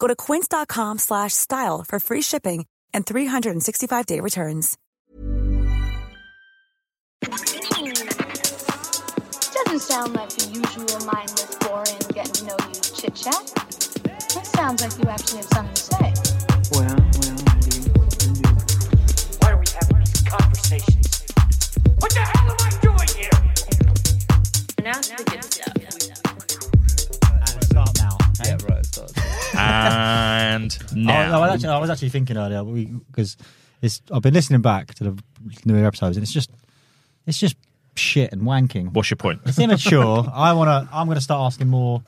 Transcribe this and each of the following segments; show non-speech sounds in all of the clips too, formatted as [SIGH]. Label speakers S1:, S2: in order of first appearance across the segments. S1: Go to quince.com slash style for free shipping and 365-day returns.
S2: Doesn't sound like the usual mindless, boring, getting to know you chit chat. That sounds like you actually have something to say.
S3: Well, well, I do. I do.
S4: Why are we having this conversation? What the hell am I doing here?
S3: Start now.
S5: Yeah, right. Start.
S6: And now.
S3: I, was actually, I was actually thinking earlier because it's. I've been listening back to the newer episodes, and it's just, it's just shit and
S5: [LAUGHS]
S3: wanking.
S6: What's your point?
S3: It's immature. I wanna. I'm gonna start asking more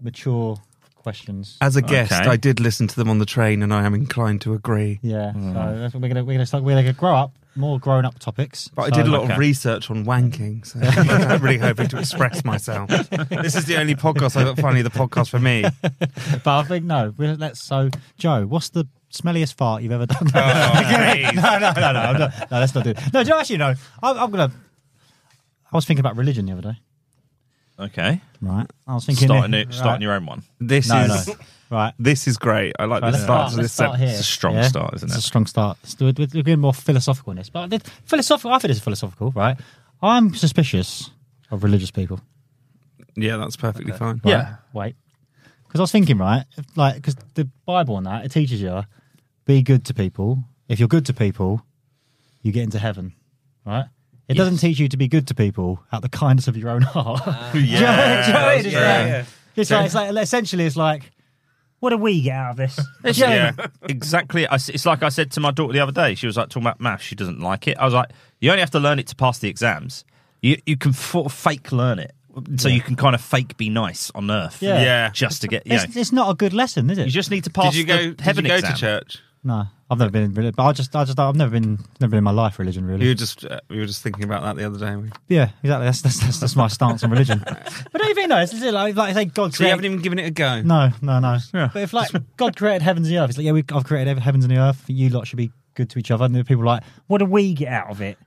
S3: mature questions.
S5: As a guest,
S6: Okay.
S5: I did listen to them on the train, and I am inclined to agree.
S3: Yeah.
S5: Mm.
S3: So that's what we're gonna we're gonna start. We're gonna grow up more grown up topics.
S5: But I
S3: So-
S5: did a lot
S6: okay.
S5: of research on wanking,
S3: [LAUGHS]
S5: so I'm really hoping to express myself. This is the only podcast I thought finally the podcast
S3: [LAUGHS]
S5: for me.
S3: But I think no. we're- Let's. So Joe, what's the smelliest fart you've ever
S5: [LAUGHS]
S3: done? [LAUGHS]
S5: Oh,
S3: no, no, no, no, I'm not- no. Let's not do it. No, do you know, actually no. I'm, I'm gonna. I was thinking about religion the other day.
S6: Okay.
S3: Right. I was thinking.
S6: Starting,
S3: right.
S6: it, starting your own one.
S5: This
S3: No,
S5: is
S3: no. Right.
S5: this is great. I like
S3: Right,
S5: the
S3: let's start,
S5: start to
S3: let's
S5: this.
S3: start
S5: sep-
S3: here.
S6: It's a strong start, isn't
S3: It's a
S6: it?
S3: strong start. Let's do it- We're getting more philosophical in this, but the philosophical. I think it's philosophical, right? I'm suspicious of religious people.
S5: Yeah, that's perfectly fine.
S3: Right? Wait, because I was thinking, right, if, like because the Bible and that it teaches you be good to people. If you're good to people, you get into heaven, right? It doesn't teach you to be good to people out the kindness of your own heart.
S6: Yeah,
S3: [LAUGHS] Do you know what I mean? It's
S6: yeah,
S3: like-
S6: yeah.
S3: It's like, it's like essentially, it's like, what do we get out of
S6: [LAUGHS]
S3: this?
S6: Yeah, exactly. I s- It's like I said to my daughter the other day. She was like talking about maths. She doesn't like it. I was like, you only have to learn it to pass the exams. You you can for, fake learn it, so you can kind of fake be nice on Earth.
S3: Yeah.
S5: Yeah.
S6: just to get you.
S3: It's,
S6: know,
S3: it's not a good lesson, is it?
S6: you just need to pass.
S5: Did you go?
S6: The
S5: Did you
S6: heaven
S5: go
S6: exam.
S5: to church?
S3: No, I've never been in religion. But I just, I just, I've never been, never been in my life religion really.
S5: We were just uh, we were just thinking about that the other day. We-
S3: Yeah, exactly. That's that's, that's, that's my stance
S6: [LAUGHS]
S3: on religion. but don't you think though? It's it's like, like I say, God
S5: So
S3: created.
S5: you haven't even given it a go.
S3: no, no, no.
S6: Yeah.
S3: But if like
S6: [LAUGHS]
S3: God created heavens and the earth, it's like yeah, we, I've created heav- heavens and the earth. You lot should be good to each other. And the people are like, what do we get out of it?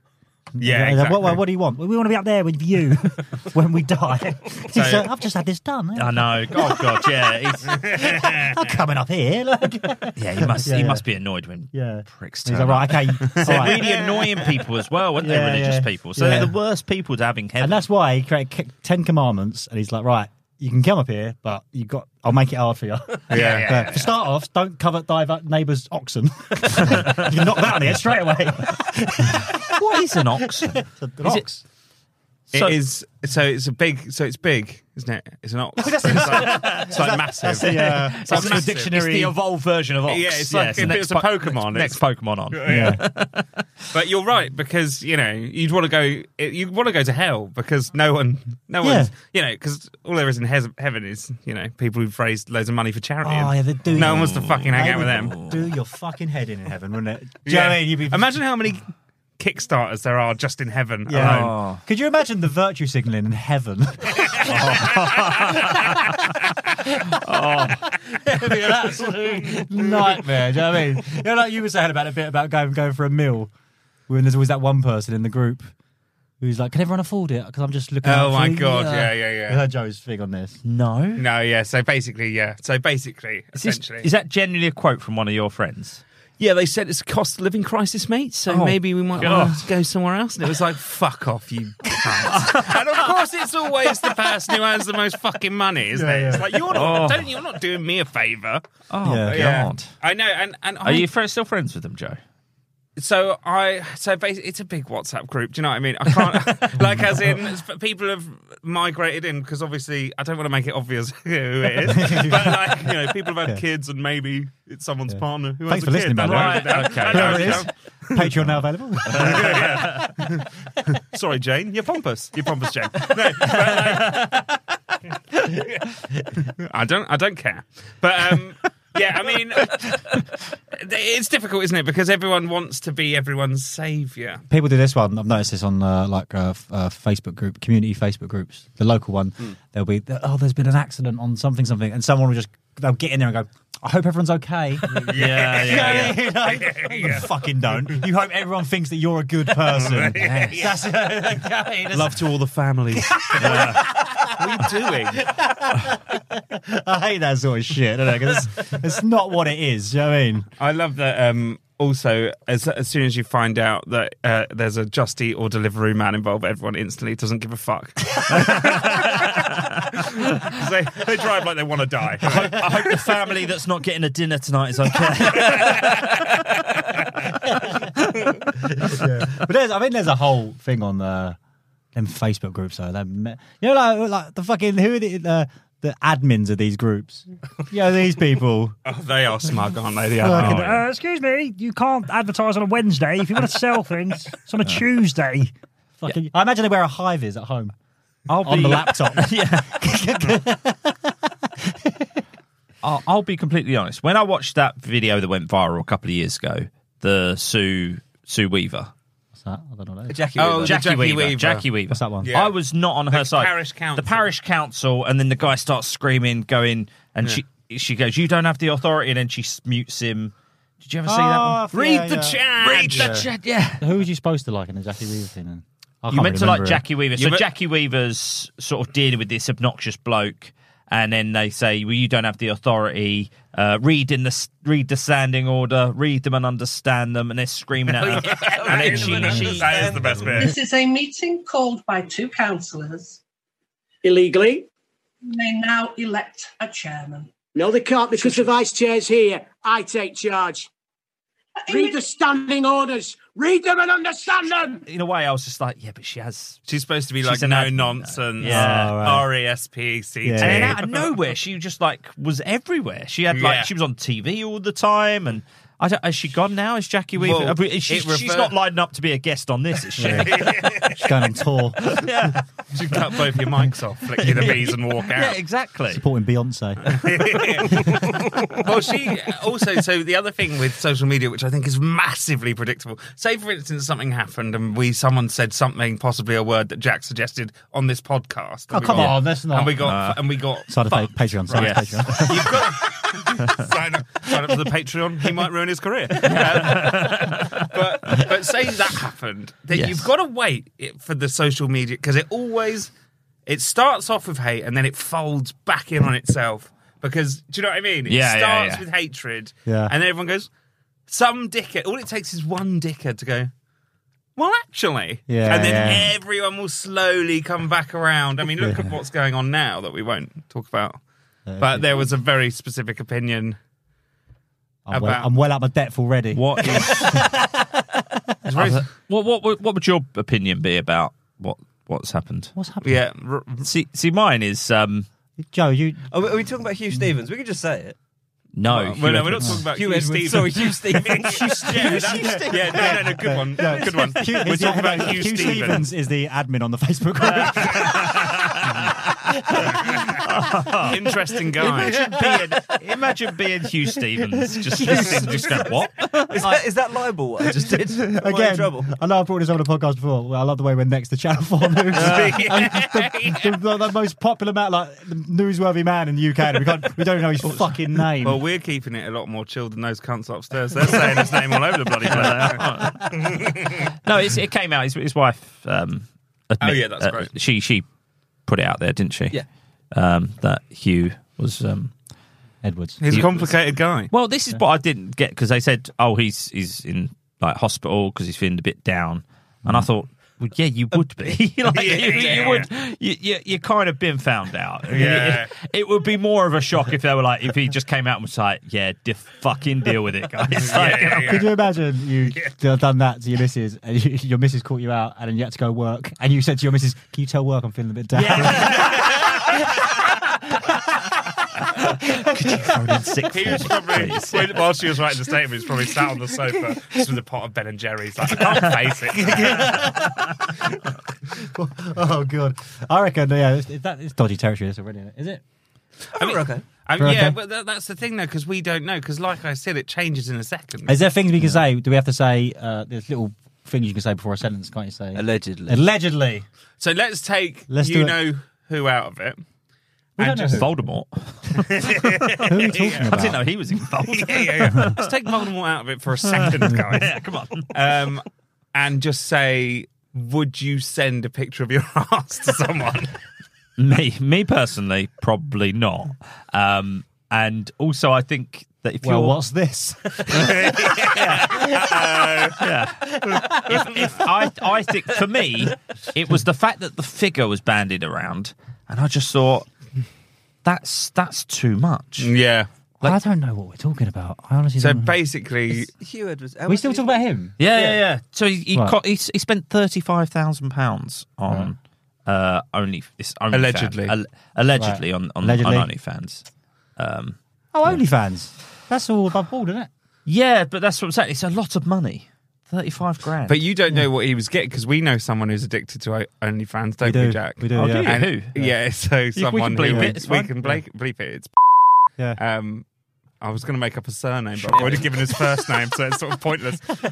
S5: Yeah,
S3: They're like,
S5: exactly.
S3: what, what, what do you want? Well, We want to be up there with you [LAUGHS] when
S6: [LAUGHS]
S3: we die. It's [LAUGHS] like, I've just had this done. eh?
S6: I know. Oh God, yeah.
S5: [LAUGHS]
S6: He's,
S3: I'm coming up here. [LAUGHS] Like,
S6: yeah, he must.
S3: Yeah,
S6: he
S3: yeah.
S6: must be annoyed when
S3: yeah.
S6: pricks turn
S3: He's
S6: up.
S3: like, right, okay.
S6: [LAUGHS]
S3: all
S6: They're
S3: right.
S6: really annoying people as well, weren't
S3: Yeah,
S6: they? Religious
S3: yeah.
S6: people. So
S3: Yeah.
S6: they're the worst people to have in heaven.
S3: And that's why he created ki- Ten Commandments, and he's like, right, you can come up here, but you got, I'll make it hard
S6: [LAUGHS]
S3: for you.
S5: Yeah,
S3: But for start off, don't covet thy va- neighbour's oxen. [LAUGHS] you can knock that on the head straight away.
S6: what is an oxen?
S3: It's [LAUGHS] an
S6: Is it-
S3: ox.
S5: It
S6: So-
S5: is. so it's a big. So it's big, isn't it? It's
S6: [LAUGHS]
S5: an ox. it's like, it's like massive.
S3: Yeah.
S5: It's like massive.
S6: It's the evolved version of ox.
S5: Yeah, it's like
S6: the
S5: if it
S6: next
S5: was a
S6: po-
S5: Pokemon,
S6: Next,
S5: it's-
S6: next Pokemon on.
S3: Yeah.
S5: [LAUGHS] But you're right because you know you'd want to go. You would want to go to hell because no one, no
S3: Yeah.
S5: one's. You know, because all there is in hez- heaven is you know people who've raised loads of money for charity.
S3: Oh,
S5: and
S3: yeah, they do.
S5: No one wants to fucking hang
S3: They
S5: out with
S3: would Do
S5: them.
S3: your fucking head in in heaven, wouldn't it? Do you know
S5: [LAUGHS] Yeah.
S3: what I mean? You'd be,
S5: Imagine how many kickstarters there are just in heaven
S3: Yeah.
S6: Oh.
S5: alone.
S3: Could you imagine the virtue signalling in heaven? [LAUGHS] It'd be an absolute nightmare. Do you know what I mean? You know, like you were saying about a bit about going going for a meal When there's always that one person in the group who's like, "Can everyone afford it?" Because I'm just looking. out
S5: Oh my
S3: for you."
S5: God, yeah, yeah, yeah.
S3: I heard Joe's thing on this. No,
S5: No, yeah. So basically, yeah. So basically,
S6: Is, this-
S5: essentially,
S6: is that generally a quote from one of your friends?
S5: yeah. They said it's a cost of living crisis, mate. So
S6: Oh,
S5: maybe we might
S6: God.
S5: want to go somewhere else. And it was like, fuck off, you. cunt. and of course, it's always the person who has the most fucking money, isn't it? It's like you're not.
S6: Oh.
S5: Don't you're not doing me a favor.
S6: Oh
S3: Yeah.
S6: God!
S5: I know. And and I,
S6: Are you fr- still friends with them, Joe?
S5: so I so basically it's a big WhatsApp group. Do you know what I mean? I can't [LAUGHS] like as
S3: [LAUGHS]
S5: in it's- people have migrated in because obviously I don't want to make it obvious [LAUGHS] who it is, but like you know people have had kids and maybe it's someone's partner who
S3: Thanks for
S5: has a
S3: listening, by
S5: kid.
S3: the way.
S5: Right,
S6: Okay.
S5: I know,
S3: Whoever it
S5: you
S3: is, Patreon now
S5: [LAUGHS]
S3: available.
S5: know. Sorry, Jane, you're pompous. You're pompous,
S3: [LAUGHS]
S5: Jane. No, but, like- um, [LAUGHS] I don't. I don't care. But um, yeah, I
S3: [LAUGHS]
S5: mean, it's difficult, isn't it? Because everyone wants to be everyone's savior.
S3: people do this one. I've noticed this on uh, like uh, f- uh, Facebook group, community Facebook groups, the local one. There'll be oh, there's been an accident on something, something, and someone will just they'll get in there and go, I hope everyone's okay.
S5: [LAUGHS]
S6: Yeah,
S3: yeah, yeah. You fucking don't. You hope everyone thinks that you're a good person. Yes. That's- okay, that's-
S5: Love to all
S3: [LAUGHS]
S5: the families. what are you doing?
S3: I hate that sort of shit. I don't know, 'cause it's, it's not what it is. You know what I mean?
S5: [LAUGHS] I love that. Um, also, as, as soon as you find out that uh, there's a Just Eat or delivery man involved, everyone instantly doesn't give a fuck. [LAUGHS] 'Cause they, they drive like they want to die.
S6: I hope the family that's not getting a dinner tonight is okay.
S3: But there's, I think there's a whole thing on uh, them Facebook groups. Though, They're me- you know, like, like the fucking who are the, the the admins of these groups? You know, these people.
S5: [LAUGHS] Oh, they are smug, aren't they? The
S7: Fucking-
S5: other
S7: uh,
S5: ones?
S7: excuse me, you can't advertise on a Wednesday. If you want to sell things, it's on a Tuesday.
S3: Fucking, I imagine they wear a hive is at home
S6: I'll
S3: on
S7: [LAUGHS]
S3: the laptop.
S6: yeah. [LAUGHS] I'll, I'll be completely honest. When I watched that video that went viral a couple of years ago, the Sue Sue Weaver,
S3: What's that? I don't know. What that is.
S6: Jackie
S5: Oh, the
S6: Jackie,
S5: Jackie
S6: Weaver.
S5: Weaver.
S6: Jackie Weaver.
S3: What's that one?
S5: Yeah.
S6: I was not on her side.
S5: parish council.
S6: The parish council, and then the guy starts screaming, going, and she she goes, "You don't have the authority," and then she mutes him. Did you ever see that
S3: Oh,
S6: one?
S3: I've- yeah, yeah.
S5: chat.
S6: Read the chat. Yeah.
S3: Who was you supposed to like in the Jackie Weaver thing? Then? I
S6: You
S3: can't
S6: meant to
S3: remember
S6: like
S3: it.
S6: Jackie Weaver.
S5: You
S6: So
S5: meant-
S6: Jackie Weaver's sort of dealing with this obnoxious bloke, and then they say, "Well, you don't have the authority. Uh, read in the s- read the standing order. Read them and understand them." And they're screaming [LAUGHS] at her. and then she, she
S5: that is the best bit.
S4: is a meeting called by two councillors.
S7: Illegally?
S4: They now elect a chairman.
S7: No, they can't because the vice chair's here. I take charge. Read the standing orders. Read them and understand them.
S6: in a way, I was just like, "Yeah, but she has."
S5: She's supposed to be
S6: She's
S5: like
S6: an
S5: no
S6: admin,
S5: nonsense.
S6: Yeah.
S3: Oh, right.
S5: R E S P C T.
S3: Yeah.
S6: And then out of nowhere, she just like was everywhere. She had like
S5: Yeah.
S6: she was on TV all the time, and I don't, has she gone now? Is Jackie Weaver?
S5: Well,
S6: uh, but she-
S5: it
S6: she's
S5: refer-
S6: not lining up to be a guest on this, [LAUGHS] is she?
S3: She's going on
S5: [LAUGHS]
S3: tour,
S5: [LAUGHS] You cut both your mics off, flick you the bees, and walk
S6: [LAUGHS]
S5: out.
S6: yeah, exactly.
S3: supporting Beyonce.
S5: [LAUGHS] well, she also. So the other thing with social media, which I think is massively predictable. Say, for instance, something happened and we someone said something, possibly a word that Jack suggested on this podcast.
S3: Oh, come on, that's not-
S5: And we got and we got
S3: Side of pa- Patreon. Side
S6: Right.
S3: of Patreon.
S5: [LAUGHS] You've got sign up, sign up for the Patreon. He might ruin
S3: [LAUGHS]
S5: his career. Um, but but say that happened, then
S6: Yes.
S5: you've got to wait it- for the social media because it always it starts off with hate and then it folds back in on itself. Because do you know what I mean? It
S6: Yeah, yeah,
S5: starts
S6: yeah.
S5: with hatred,
S3: Yeah.
S5: and then everyone goes, "Some dickhead." All it takes is one dickhead to go. Well, actually,
S3: Yeah,
S5: and then
S3: yeah.
S5: everyone will slowly come back around. I mean, look at what's going on now that we won't talk about.
S3: Uh,
S5: But there was a very specific opinion.
S3: I'm, well,
S5: About-
S3: I'm well out my depth already.
S6: What
S7: [LAUGHS]
S6: is Other- what, what would- what would your opinion be about what what's happened?
S3: What's happening?
S5: Yeah. r- r-
S6: See see mine is um
S3: Joe, you
S7: Are we, are we talking about Hugh
S3: Mm.
S7: Stevens? We can just say it.
S6: no.
S5: Oh, well,
S6: Hugh
S5: no, we're not
S6: Edwards.
S5: talking about
S7: Hugh
S5: Hugh,
S7: Edwards.
S5: Stevens.
S7: Sorry, Hugh
S5: [LAUGHS]
S7: Stevens.
S5: yeah, that- yeah, no, no, no, good one, good
S3: [LAUGHS]
S5: one.
S3: Hugh,
S5: We're
S3: is the-
S5: talking about Hugh Stevens. [LAUGHS]
S3: Stevens is the admin on the Facebook group.
S5: Interesting guy.
S8: [LAUGHS]
S6: Imagine being, imagine being Hugh Stevens. Just, just, just going, what?
S8: Is that, is that libel? What I just
S6: [LAUGHS]
S8: did. Am I in
S3: Again,
S8: trouble.
S3: I know I've brought this up on the podcast before. Well, I love the way we're next to Channel
S5: [LAUGHS]
S3: 4 News. And the, the, the, the most popular man, like the newsworthy man in the UK, and we, can't, we don't even know his fucking name.
S5: Well, we're keeping it a lot more chilled than those cunts upstairs. They're saying his name all over the bloody place.
S6: No, it's, it came out. His, his wife. Um,
S8: Oh,
S6: admit-
S5: yeah, that's great.
S6: She she put it out there, didn't she?
S8: Yeah.
S6: Um, that Hugh was. Um,
S3: Edwards.
S5: He's a complicated guy.
S6: well, this is what I didn't get because they said, "Oh, he's he's in like hospital because he's feeling a bit down," and I thought. Well, yeah, you would be. [LAUGHS] like, you, you would. You, you, you kind of been found out.
S5: Yeah.
S6: It, it would be more of a shock if they were like, if he just came out and was like, "Yeah, de- fucking deal with it, guys." [LAUGHS] Like,
S3: Could you imagine you d- done that to your missus and you, your missus caught you out and then you had to go work and you said to your missus, Can you tell work I'm feeling a bit down?
S6: phone in sick
S5: He
S6: for
S5: was
S6: me,
S5: probably
S6: please?
S5: when- while she was writing the statement, he was probably sat on the sofa just with a pot of Ben and Jerry's. Like, I can't face it.
S3: [LAUGHS] oh, God. I reckon, yeah, it's, that, it's dodgy territory, this already, isn't it? Is it?
S5: I mean,
S8: okay.
S5: I
S3: We're
S5: mean, yeah,
S3: okay.
S5: but that, that's the thing though, because we don't know. Because like I said, it changes in a second.
S3: Is there things we can say? Do we have to say, uh, there's little things you can say before a sentence, can't you say?
S8: Allegedly.
S3: Allegedly.
S5: So let's take
S3: Let's do
S5: you
S3: it.
S5: know who out of it.
S3: We
S5: And
S3: don't know who.
S6: Voldemort.
S3: Who are we talking
S6: I
S3: about?
S6: didn't know he was involved.
S5: [LAUGHS] Yeah, yeah, yeah. let's take Voldemort out of it for a second, guys.
S6: yeah, come on.
S5: um, and just say, would you send a picture of your [LAUGHS] ass to someone?
S6: [LAUGHS] me me personally probably not um and also i think that if
S3: Well,
S6: you're
S3: what's this?
S6: if, if i i think for me it was the fact that the figure was bandied around and i just thought that's that's too much
S5: yeah.
S3: I don't know what we're talking about. I honestly
S5: So
S3: don't know.
S5: basically,
S8: Hugh Edwards.
S3: we still talk about him?
S6: yeah yeah yeah so he he,
S3: Right.
S6: co- he, s- he spent 35,000 pounds on uh only this only
S5: Allegedly.
S6: allegedly
S3: Right.
S6: on on,
S3: Allegedly.
S6: on onlyfans
S3: Oh, OnlyFans. That's all above board, isn't it?
S6: yeah but that's what i'm saying it's a lot of money 35 grand
S5: but you don't know what he was getting because we know someone who's addicted to O- OnlyFans, don't we,
S3: do.
S5: Jack?
S3: We do, Oh, do yeah. you?
S5: And,
S6: Who?
S5: Yeah, [LAUGHS] so someone
S6: can bleep it,
S5: who would-
S6: it's
S5: we
S6: fine.
S5: can bleep, bleep it. It's
S3: Yeah.
S5: um, I was going to make up a surname, but I've already given his first name, so it's sort
S6: [LAUGHS]
S5: of pointless.
S3: There's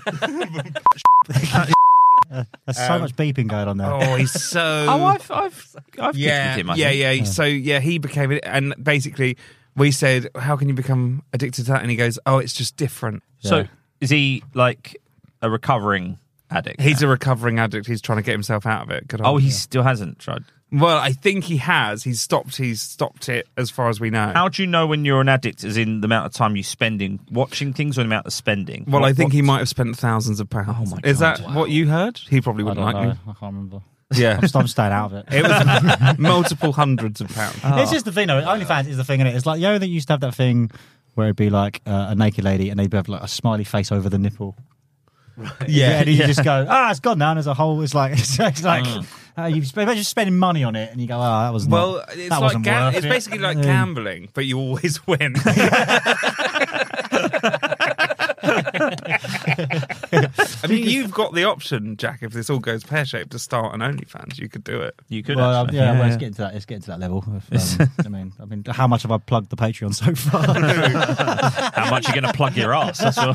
S3: so
S5: um,
S3: much beeping going on there.
S5: Oh, he's so.
S6: oh i've i've i've
S5: yeah,
S6: kicked with him, I
S5: yeah,
S6: think.
S5: yeah, So yeah, he became it, and basically we said, "How can you become addicted to that?" And he goes, "Oh, it's just different."
S6: So is he like a recovering addict?
S5: He's
S6: now?
S5: a recovering addict. He's trying to get himself out of it. Good
S6: oh,
S5: old-
S6: he still hasn't tried.
S5: well, I think he has. He's stopped. He's stopped it, as far as we know.
S6: How do you know when you're an addict? Is in the amount of time you spend in watching things or the amount of spending?
S5: well,
S6: What-
S5: I think he
S6: what-
S5: might have spent thousands of pounds.
S6: Oh my
S5: Is
S6: God.
S5: that what you heard? He probably
S3: I
S5: wouldn't
S3: don't
S5: like
S3: know.
S5: me.
S3: I can't remember.
S5: Yeah,
S3: [LAUGHS] I'm, st- I'm staying out of it.
S5: it
S3: [LAUGHS]
S5: was multiple hundreds of pounds.
S3: It's just the thing, though. OnlyFans is the thing, innit? It's like, you know, they used to have that thing where it'd be like uh, a naked lady and they'd have like a smiley face over the nipple. Yeah, and you just go, ah, it's gone now. And as a whole, it's like, [LAUGHS] it's, it's like uh, you've spent, imagine spending money on it, and you go, ah, that was not-
S5: Uh-huh. Well, it's
S3: that
S5: like
S3: wasn't
S5: ga-
S3: worth
S5: it's
S3: it."
S5: basically like
S3: Yeah.
S5: gambling, but you always [LAUGHS] win. I mean, you've got the option, Jack. If this all goes pear shaped, to start an OnlyFans, you could do it.
S6: You could.
S3: Well, um,
S6: actually.
S3: yeah, well, it's getting to that. It's getting to that level. If, um, [LAUGHS] I mean, I mean, how much have I plugged the Patreon so far?
S6: How much are you going to plug your ass? That's [LAUGHS] what-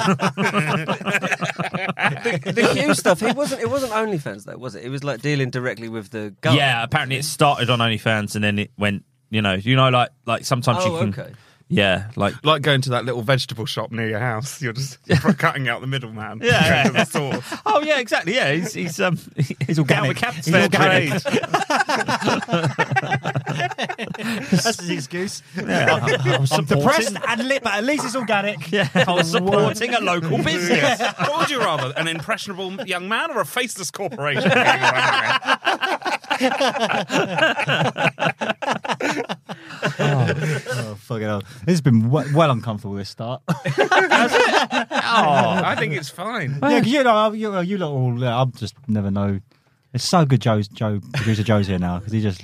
S8: the Hugh stuff. He wasn't. It wasn't OnlyFans though, was it? It was like dealing directly with the gun.
S6: yeah. Apparently, it started on OnlyFans and then it went. You know, you know, like like sometimes
S8: Oh,
S6: you can.
S8: okay.
S6: Yeah, like
S5: Like going to that little vegetable shop near your house.
S3: [LAUGHS]
S5: You're just cutting out the middleman. [LAUGHS]
S6: Yeah.
S5: Go to the source.
S6: Oh yeah, exactly. Yeah, he's he's um he's
S3: organic. He's
S6: fair [LAUGHS]
S3: organic.
S6: trade.
S3: That's his excuse.
S6: I'm,
S3: Depressed and lit, but at least it's organic.
S6: Yeah, I'm supporting a [LAUGHS] local business.
S5: what would you rather, an impressionable young man or a faceless corporation?
S3: [LAUGHS] Oh, fucking hell. This has been we- well uncomfortable, this start. [LAUGHS]
S5: Oh, I think it's fine.
S3: yeah, 'cause you know, you, you, you lot all, uh, I'm just never know. It's so good Joe's, Joe, producer Joe's here now, because he just.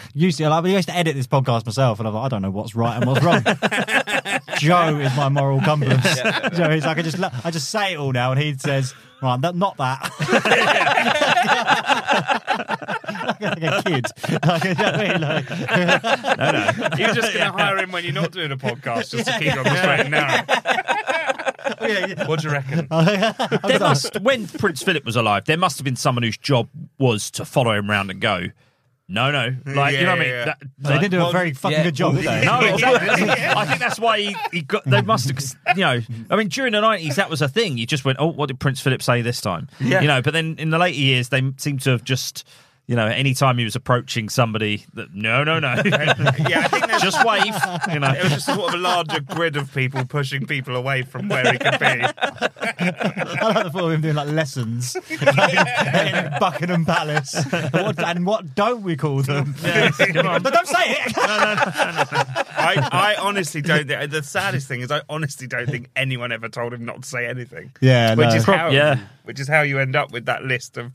S3: [LAUGHS] Used to, like, I used to edit this podcast myself, and I'm like, I don't know what's right and what's wrong. Joe is my moral compass. [LAUGHS] Joe is like I just lo- I just say it all now, and he says, "Right, that, not that." [LAUGHS] like a kid. Like, you know what I mean? Like-
S5: no, no. You're just going to hire him when you're not doing a podcast just to keep on the straight and narrow. What do you reckon?
S6: there must, when Prince Philip was alive, there must have been someone whose job was to follow him round and go, no, no. Like, you know what I mean?
S5: Yeah, yeah,
S6: That-
S3: they
S6: like-
S3: did do a
S6: well,
S3: very fucking
S8: yeah.
S3: good job, didn't [LAUGHS] they?
S6: No, exactly. I think that's why he, he got. They must have, you know. I mean, during the nineties, that was a thing. You just went, "Oh, what did Prince Philip say this time?"
S5: Yeah.
S6: You know. But then in the later years, they seem to have just, you know, any time he was approaching somebody, that no, no, no,
S5: [LAUGHS] yeah, I think there's
S6: just wave. You know.
S5: It was just sort of a larger grid of people pushing people away from where he could be.
S3: I like the thought of him doing like
S5: [LAUGHS]
S3: lessons in Buckingham Palace. What, and what don't we call
S5: [LAUGHS]
S3: them? But don't say it.
S5: I, I honestly don't think. The saddest thing is, I honestly don't think anyone ever told him not to say anything.
S3: Yeah,
S5: which
S3: no.
S5: is
S3: Prob-
S5: how
S6: yeah.
S5: which is how you end up with that list of.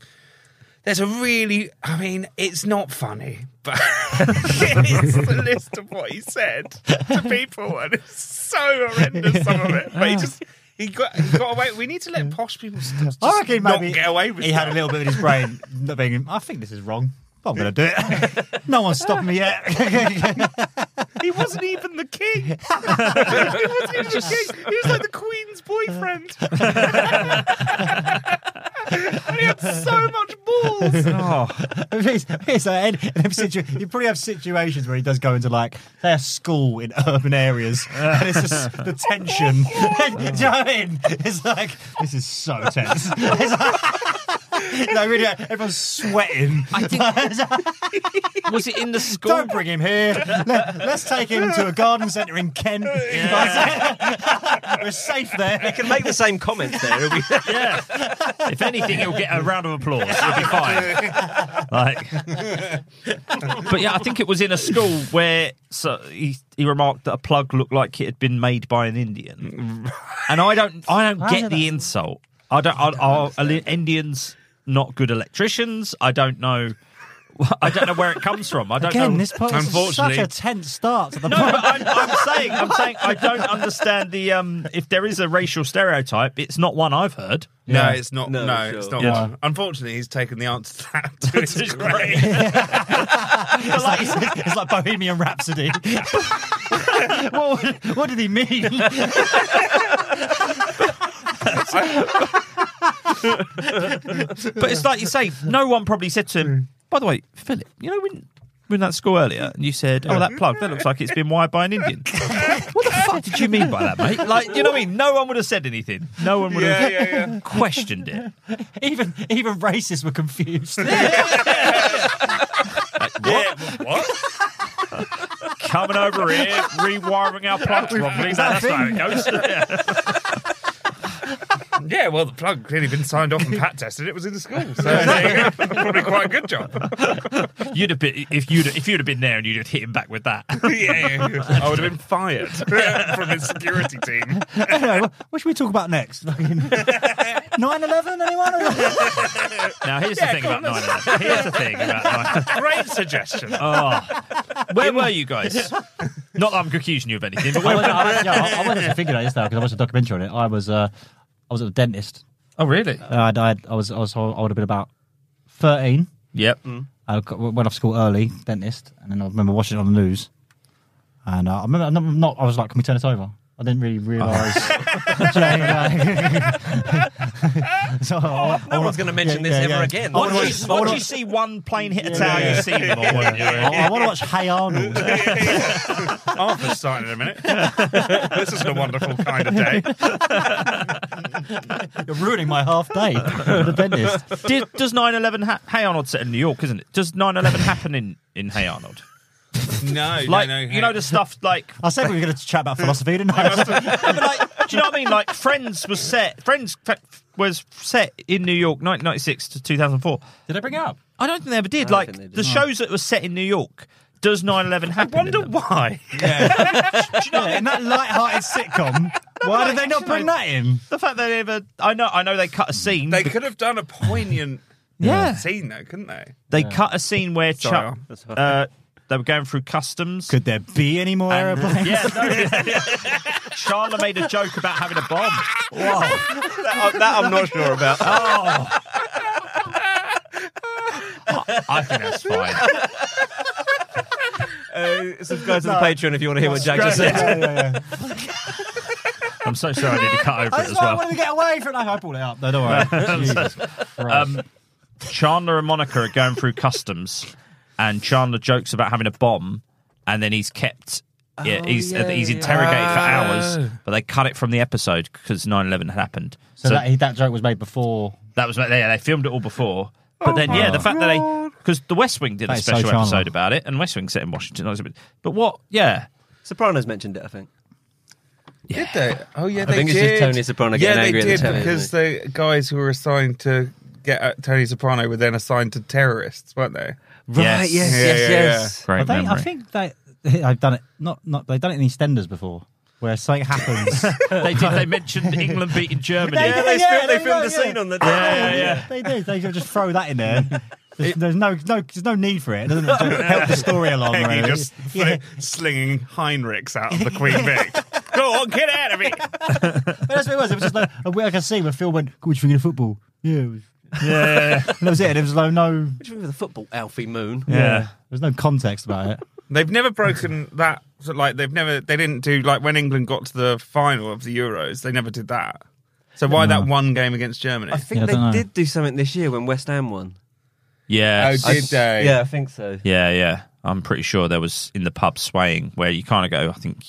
S5: There's a really, I mean, it's not funny, but [LAUGHS] it's the list of what he said to people, and it's so horrendous. Some of it, but he just he got he got away. We need to let posh people st- just
S3: I reckon
S5: not
S3: maybe
S5: get away with.
S3: he had a
S5: stuff.
S3: little bit in his brain not being. I think this is wrong. But I'm going to do
S5: [LAUGHS]
S3: it. no one's stopping me yet.
S5: He wasn't even the king. [LAUGHS] he wasn't even the king. He was like the queen's boyfriend.
S8: [LAUGHS]
S5: [LAUGHS] and he had so much
S3: [LAUGHS]
S5: balls.
S6: Oh,
S3: it's, it's like, and- and if situ- you probably have situations where he does go into like say a school in urban areas, and it's just the tension. [LAUGHS] Do you know what I mean? It's like this is so tense. It's like- [LAUGHS] no, really, everyone's sweating.
S6: I think was it in the school?
S3: Don't bring him here. Let, us take him to a garden centre in Kent. [LAUGHS] We're safe there.
S8: can make the same comment there. It'll be-
S5: [LAUGHS]
S6: Yeah. If anything, he'll get a round of applause. It'll be fine. Like, but yeah, I think it was in a school where so he he remarked that a plug looked like it had been made by an Indian, and I don't I don't get the insult. I don't. Are, are Ali- Indians not good electricians? I don't know. [LAUGHS] I don't know where it comes from. I don't
S3: Again,
S6: know.
S3: this part is such
S5: Unfortunately-
S3: a tense start to the
S6: No, but I'm, I'm saying, I'm saying, I don't understand the. Um, if there is a racial stereotype, it's not one I've heard.
S5: No, it's not. No,
S8: No, sure.
S5: it's not.
S6: Yeah.
S5: one. Unfortunately, he's taken the answer to that to his grave. [LAUGHS]
S3: It's like, it's like Bohemian Rhapsody. [LAUGHS] what, what did he mean? [LAUGHS]
S6: But it's like you say, no one probably said to him, by the way, Philip, you know when we were in that school earlier and you said, oh, that plug, that looks like it's been wired by an Indian. what the fuck did you mean by that, mate? Like, you know what I mean? No one would have said anything. No one would
S5: Yeah,
S6: have
S5: yeah,
S6: questioned it.
S3: Even even racists were confused.
S5: yeah, what?
S6: Coming over here, rewiring our plugs properly. That's not how it goes. Yeah.
S5: Yeah, well, the plug clearly been signed off and pat tested. It was in the school, [LAUGHS] so there you go. probably quite a good job.
S6: You'd have been if you'd if you'd have been there and you'd have hit him back with that.
S5: yeah, [LAUGHS] yeah, yeah. I would have been fired from his security [LAUGHS] team.
S3: [LAUGHS] anyway, what should we talk about next? [LAUGHS] 9-11, anyone?
S6: Now here's
S5: Yeah,
S6: the thing
S5: go
S6: about
S5: on,
S6: nine eleven. Here's the thing about nine.
S5: Great suggestion.
S6: Oh, where were you guys? Not that I'm accusing you of anything, but
S3: I
S6: where
S3: went, I, went- yeah, I I went to figure out this now because I watched a documentary on it. I was uh, I was at the dentist.
S6: Oh, really?
S3: Uh, I'd, I'd, I was I was I would have been about thirteen.
S6: Yep.
S3: I got- went off school early, dentist, and then I remember watching it on the news. And uh, I remember, not, not, I was like, "Can we turn it over?" I didn't
S8: [LAUGHS]
S3: really [LAUGHS] realise. [LAUGHS] so, I- I-
S8: no one's going to mention
S3: yeah,
S8: this
S3: yeah,
S8: ever
S3: yeah.
S8: again.
S3: I wanna
S8: [LAUGHS]
S6: Once you,
S3: watch- I wanna
S6: once you
S3: watch-
S6: see one plane hit a tower,
S3: yeah.
S6: you see them all. won't you?
S3: I want to watch Hey Arnold.
S5: [LAUGHS] Arthur's starting in a minute. [LAUGHS] this is a wonderful kind of day.
S3: You're ruining my half day. at the dentist.
S6: Did, does 9-11 ha- Hey Arnold set in New York, isn't it? Does 9-11 happen in, in Hey Arnold?
S5: No,
S6: Like,
S5: no, no,
S6: you know the stuff like...
S3: I said we were going to chat about philosophy, didn't
S8: [LAUGHS]
S3: I?
S6: No, but like, do you know what I mean? Like, Friends was set... Friends fa- was set in New York 1996 to 2004.
S3: Did I bring it up?
S6: I don't think they ever did.
S8: don't
S6: like,
S8: think they did.
S6: the shows that were set in New York, does 9-11 happen I wonder why.
S3: Yeah, in that light-hearted sitcom, why did they not bring that in?
S6: The fact that they ever... I know, I know they cut a scene.
S5: They could have done a poignant
S6: Yeah.
S5: scene, though, couldn't they?
S6: They cut a scene where
S5: Sorry,
S6: Chuck, uh, They were going through customs.
S3: Could there be any more
S6: And-
S3: aeroplanes?
S6: [LAUGHS] Yeah, no,
S3: [LAUGHS]
S6: yeah. Charla made a joke about having a bomb. Wow.
S5: Oh,
S6: That, that I'm not sure about. Oh. I- I think that's fine.
S8: [LAUGHS]
S6: [LAUGHS]
S8: Uh, subscribe to the Patreon if you want to hear what Jack just
S3: Yeah,
S8: said.
S3: yeah, yeah,
S6: [LAUGHS] I'm so sorry I need to cut over it
S3: That's
S6: as
S3: why I
S6: well.
S3: wanted to get away from it. No, I pulled it up. No,
S6: [LAUGHS]
S3: don't worry. Jesus Christ.
S6: Um, Chandler and Monica are going through customs, and Chandler jokes about having a bomb, and then he's kept. Yeah, he's uh,
S8: yeah,
S6: he's
S8: yeah.
S6: interrogated for
S5: Oh.
S6: hours, but they cut it from the episode because 9-11 had happened.
S3: so that, he, that joke was made before.
S6: That was yeah, they filmed it all before. But then yeah, the fact that they because the West Wing did
S3: That
S6: a
S3: is so
S6: special
S3: Chandler.
S6: episode about it, and West Wing set in Washington. I was a bit- But what? Yeah,
S8: Sopranos mentioned it, I think.
S5: Did they? Oh yeah,
S8: I
S5: they
S8: think it's
S5: did.
S8: just Tony Soprano getting
S5: yeah,
S8: angry at
S5: they
S8: the
S5: did
S8: telly,
S5: because the guys who were assigned to get at Tony Soprano were then assigned to terrorists, weren't they?
S6: Yes.
S8: Right, yes,
S5: Yeah,
S8: yes,
S5: yeah,
S8: yes.
S6: great
S3: But they,
S6: memory.
S3: I think they, [LAUGHS] I've done it. Not, not they've done it in EastEnders before, where something happens.
S6: [LAUGHS] they did. They mentioned England beating Germany.
S3: Yeah,
S8: they,
S3: yeah,
S8: filmed, they
S3: there you
S8: filmed
S3: go,
S8: the scene
S3: yeah.
S8: on the
S6: yeah, yeah.
S3: they do. They should just throw that
S6: [LAUGHS]
S3: in there. There's, there's no, no, there's no need for it. Doesn't it? Just help the story along. or
S5: Peggy
S3: anything.
S5: just
S3: Yeah.
S5: fl- slinging Heinrichs out of the Queen
S8: [LAUGHS]
S5: Vic. Go on, get out of it!
S3: But that's what it was. It was just like a week I can see where Phil went. "Cool, What do you think of the football? Yeah, it was, yeah. and [LAUGHS] that was it. There was like no,
S8: Which remember the football, Alfie Moon.
S6: Yeah.
S3: there was no context about it.
S5: They've never broken that. so, Like they've never, they didn't do like when England got to the final of the Euros. They never did that. So why that one game against Germany?
S8: I think
S3: Yeah, I
S8: they
S3: don't know.
S8: did do something this year when West Ham won.
S6: Yes.
S5: Oh, did they?
S8: Yeah, I think so.
S6: Yeah, yeah. I'm pretty sure there was in the pub swaying where you kind of go. I think,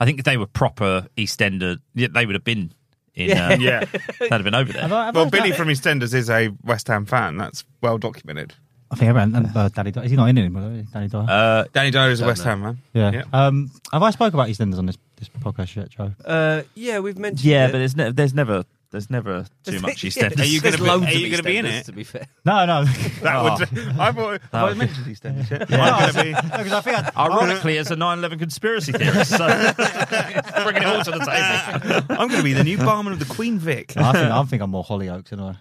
S6: I think if they were proper EastEnder, yeah, they would have been in. uh,
S5: Yeah.
S6: [LAUGHS] they'd have been over there.
S3: Have I- have I
S5: Well,
S3: done
S5: Billy
S3: it?
S5: from EastEnders is a West Ham fan. That's well documented.
S3: I think I ran. Uh, Daddy, Dyer- is he not in it anymore? Daddy Dyer.
S6: Uh,
S5: Danny Dyer is a West Ham man.
S3: yeah. Um, have I spoke about EastEnders on this this podcast yet, Joe?
S8: Uh, yeah, we've mentioned
S6: yeah,
S8: it.
S6: but there's, ne- there's never, there's never too much EastEnders.
S5: Are you
S8: There's
S6: [LAUGHS]
S5: gonna be-
S8: loads
S5: are
S8: of
S5: you gonna be in
S8: EastEnders,
S5: it?
S8: To be fair.
S3: No, [LAUGHS] no.
S5: That would. [LAUGHS] I thought. have I mentioned EastEnders yet? I'm gonna be.
S3: Because I think I,
S6: Ironically, as a 9/11 conspiracy theorist, so [LAUGHS] bringing it all to the
S5: [LAUGHS]
S6: table.
S5: I'm going to be the new barman of the Queen Vic.
S3: I [LAUGHS] think I think I'm more Hollyoaks in a way.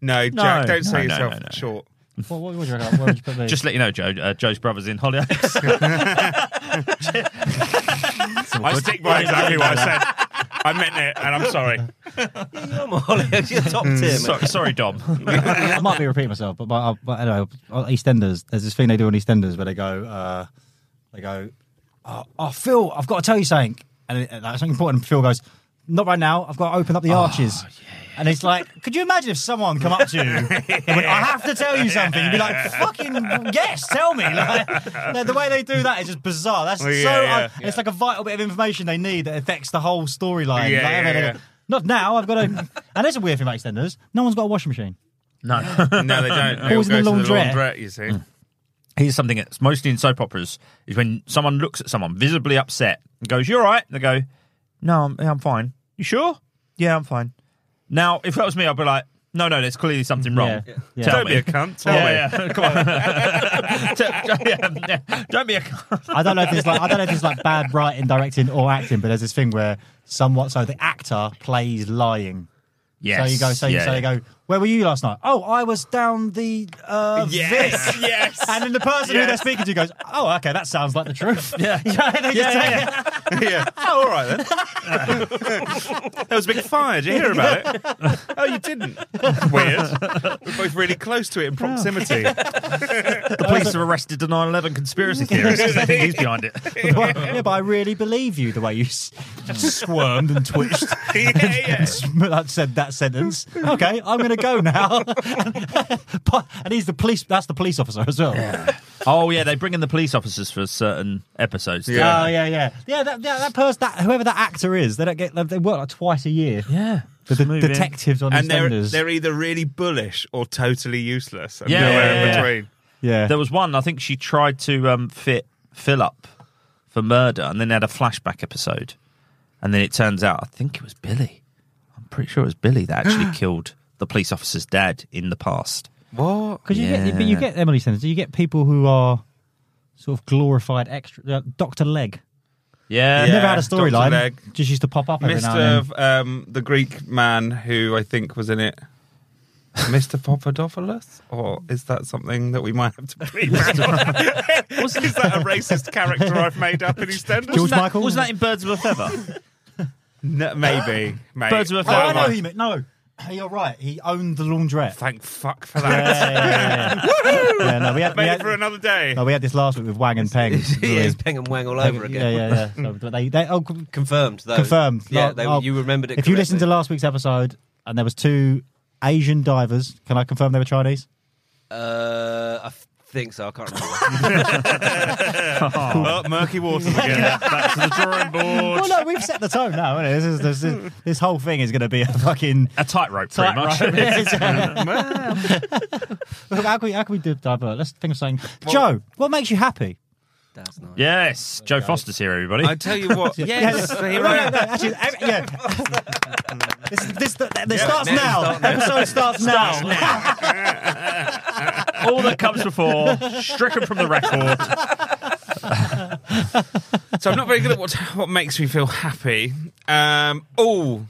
S5: No, Jack, don't
S6: no,
S5: say
S6: no,
S5: yourself
S6: no, no.
S5: short.
S3: What, what would you reckon? Where would you put me?
S6: Just let you know, Joe. Uh, Joe's brother's in Hollyoaks. [LAUGHS] I stick by
S5: exactly what I said. [LAUGHS] I meant it, and I'm sorry.
S8: Come on, Hollyoaks, you're top tier, mate.
S6: sorry, Mm. sorry, Dom.
S3: I might be repeating myself, but, but, but anyway, on EastEnders, there's this thing they do on EastEnders where they go, uh, they go, oh, oh, Phil, I've got to tell you something, and it, like, something important. and Phil goes, not right now. I've got to open up the
S5: Oh,
S3: arches. And it's like, could you imagine if someone come up to you and went,
S5: [LAUGHS]
S3: I have to tell you something? You'd be like, fucking yes, tell me. Like, like, the way they do that is just bizarre. That's
S5: Well, yeah,
S3: so,
S5: yeah,
S3: uh, it's like a vital bit of information they need that affects the whole storyline. Like,
S5: Yeah, yeah,
S3: they go,
S5: yeah.
S3: [LAUGHS] Not now, I've got to. And there's a weird thing about extenders. No one's got a washing machine.
S6: No.
S5: No, they don't. They all
S3: Always
S5: go
S3: in the
S5: to the
S3: laundrette.
S5: laundrette, you see.
S6: here's something that's mostly in soap operas is when someone looks at someone visibly upset and goes, "You're all right." They go, "No, I'm, yeah, I'm fine." You sure? Yeah, I'm fine. Now, if that was me, I'd be like, "No, no, there's clearly something wrong."
S3: Yeah. Yeah.
S6: Tell
S5: Don't
S6: me.
S5: be a cunt. Tell me.
S6: [LAUGHS] yeah, yeah, come on. [LAUGHS] Tell- yeah, yeah. Don't be a [LAUGHS] cunt.
S3: I don't know if it's like I don't know if it's like bad writing, directing, or acting, but there's this thing where somewhat so the actor plays lying.
S6: Yes.
S3: So you go, so, you
S6: Yeah,
S3: so
S6: yeah.
S3: you go. Where were you last night? Oh, I was down the
S6: [LAUGHS]
S3: uh,
S5: Yes,
S3: Vic."
S5: yes.
S3: And then the person who they're speaking to goes, "Oh, okay, that sounds like the truth." [LAUGHS] Yeah, yeah, yeah.
S6: [LAUGHS]
S5: yeah. Oh, all right then. there was a big fire. Did you hear about it?
S6: [LAUGHS]
S5: Oh, you didn't. Weird. We're both really close to it in proximity.
S6: The police have arrested the 9/11 conspiracy theorist because they think he's behind it.
S5: [LAUGHS]
S3: [LAUGHS] yeah, but I really believe you the way you s- squirmed and twitched.
S5: [LAUGHS] yeah, yeah.
S3: that said that sentence. Okay, I'm going to go now. [LAUGHS] and he's the police. That's the police officer as well.
S6: Oh yeah, they bring in the police officers for certain episodes. don't
S3: Oh yeah, yeah, yeah. That, yeah, that person, that whoever that actor is, they don't get. They work like twice a year.
S6: they? Yeah.
S3: The
S6: Just
S3: de-
S6: move in.
S3: detectives on
S5: And they're
S3: EastEnders.
S5: they're either really bullish or totally useless. And
S6: Yeah,
S5: nowhere
S6: yeah,
S5: in
S6: yeah.
S5: between.
S3: yeah,
S6: There was one. I think she tried to um, fit Phil up for murder, and then they had a flashback episode, and then it turns out I think it was Billy. I'm pretty sure it was Billy that
S5: [GASPS]
S6: actually killed the police officer's dad in the past.
S5: What?
S3: because you get, but you
S6: Yeah.
S3: get Emily Sanders. You get people who are sort of glorified extra. Uh, Doctor Leg
S6: Yeah,
S5: Yeah.
S3: never had a
S5: Dr.
S3: storyline.
S5: Leg.
S3: Just used to pop up every now and
S5: Mr. Um, the Greek man who I think was in it. Mr. Papadopoulos, or is that something that we might have to bleep out? [LAUGHS] is that a racist character I've made up in EastEnders?
S6: Wasn't that- Wasn't that in Birds of a Feather?
S5: No, maybe, maybe.
S6: Birds of a
S3: Oh, I
S6: Feather.
S3: know who you meant. No, you're right. He owned the laundrette.
S5: [LAUGHS] Thank fuck for
S3: Yeah, yeah,
S5: that.
S3: yeah, yeah. Yeah, Oh, no, we had, we
S5: Made
S3: had,
S5: for another day.
S3: no, we had this last week with Wang and Peng. didn't we?
S8: yeah, it's Peng and Wang all over again.
S3: Yeah, yeah, yeah. So, but they, they, oh, c-
S8: Confirmed, though.
S3: confirmed.
S8: Yeah,
S3: Oh,
S8: they,
S3: oh,
S8: you remembered it.
S3: If you listened to
S8: correctly.
S3: last week's episode, and there was two Asian divers, can I confirm they were Chinese?
S8: uh, I f- think so. I can't remember.
S5: Oh, murky waters again.
S6: Back to the drawing board.
S3: Well, no, we've set the tone now. Isn't it? This, is, this, is, this whole thing is going to be a fucking
S6: A tightrope, pretty much. [LAUGHS]
S3: [LAUGHS] tightrope. Look, how can we, how can we do divert? Let's think of something. Joe, what makes you happy?
S8: That's nice.
S6: Yes, Joe Foster's here, everybody.
S5: I tell you what, yes,
S3: Yeah,
S5: here
S3: no, no,
S5: I am.
S3: no, actually, ev- yeah. This, this, this starts
S8: now,
S3: now.
S8: start
S3: Episode starts now.
S6: All that comes
S5: [LAUGHS]
S6: before, stricken from the record.
S5: So I'm not very good at what [LAUGHS] what makes me feel happy. Um, oh,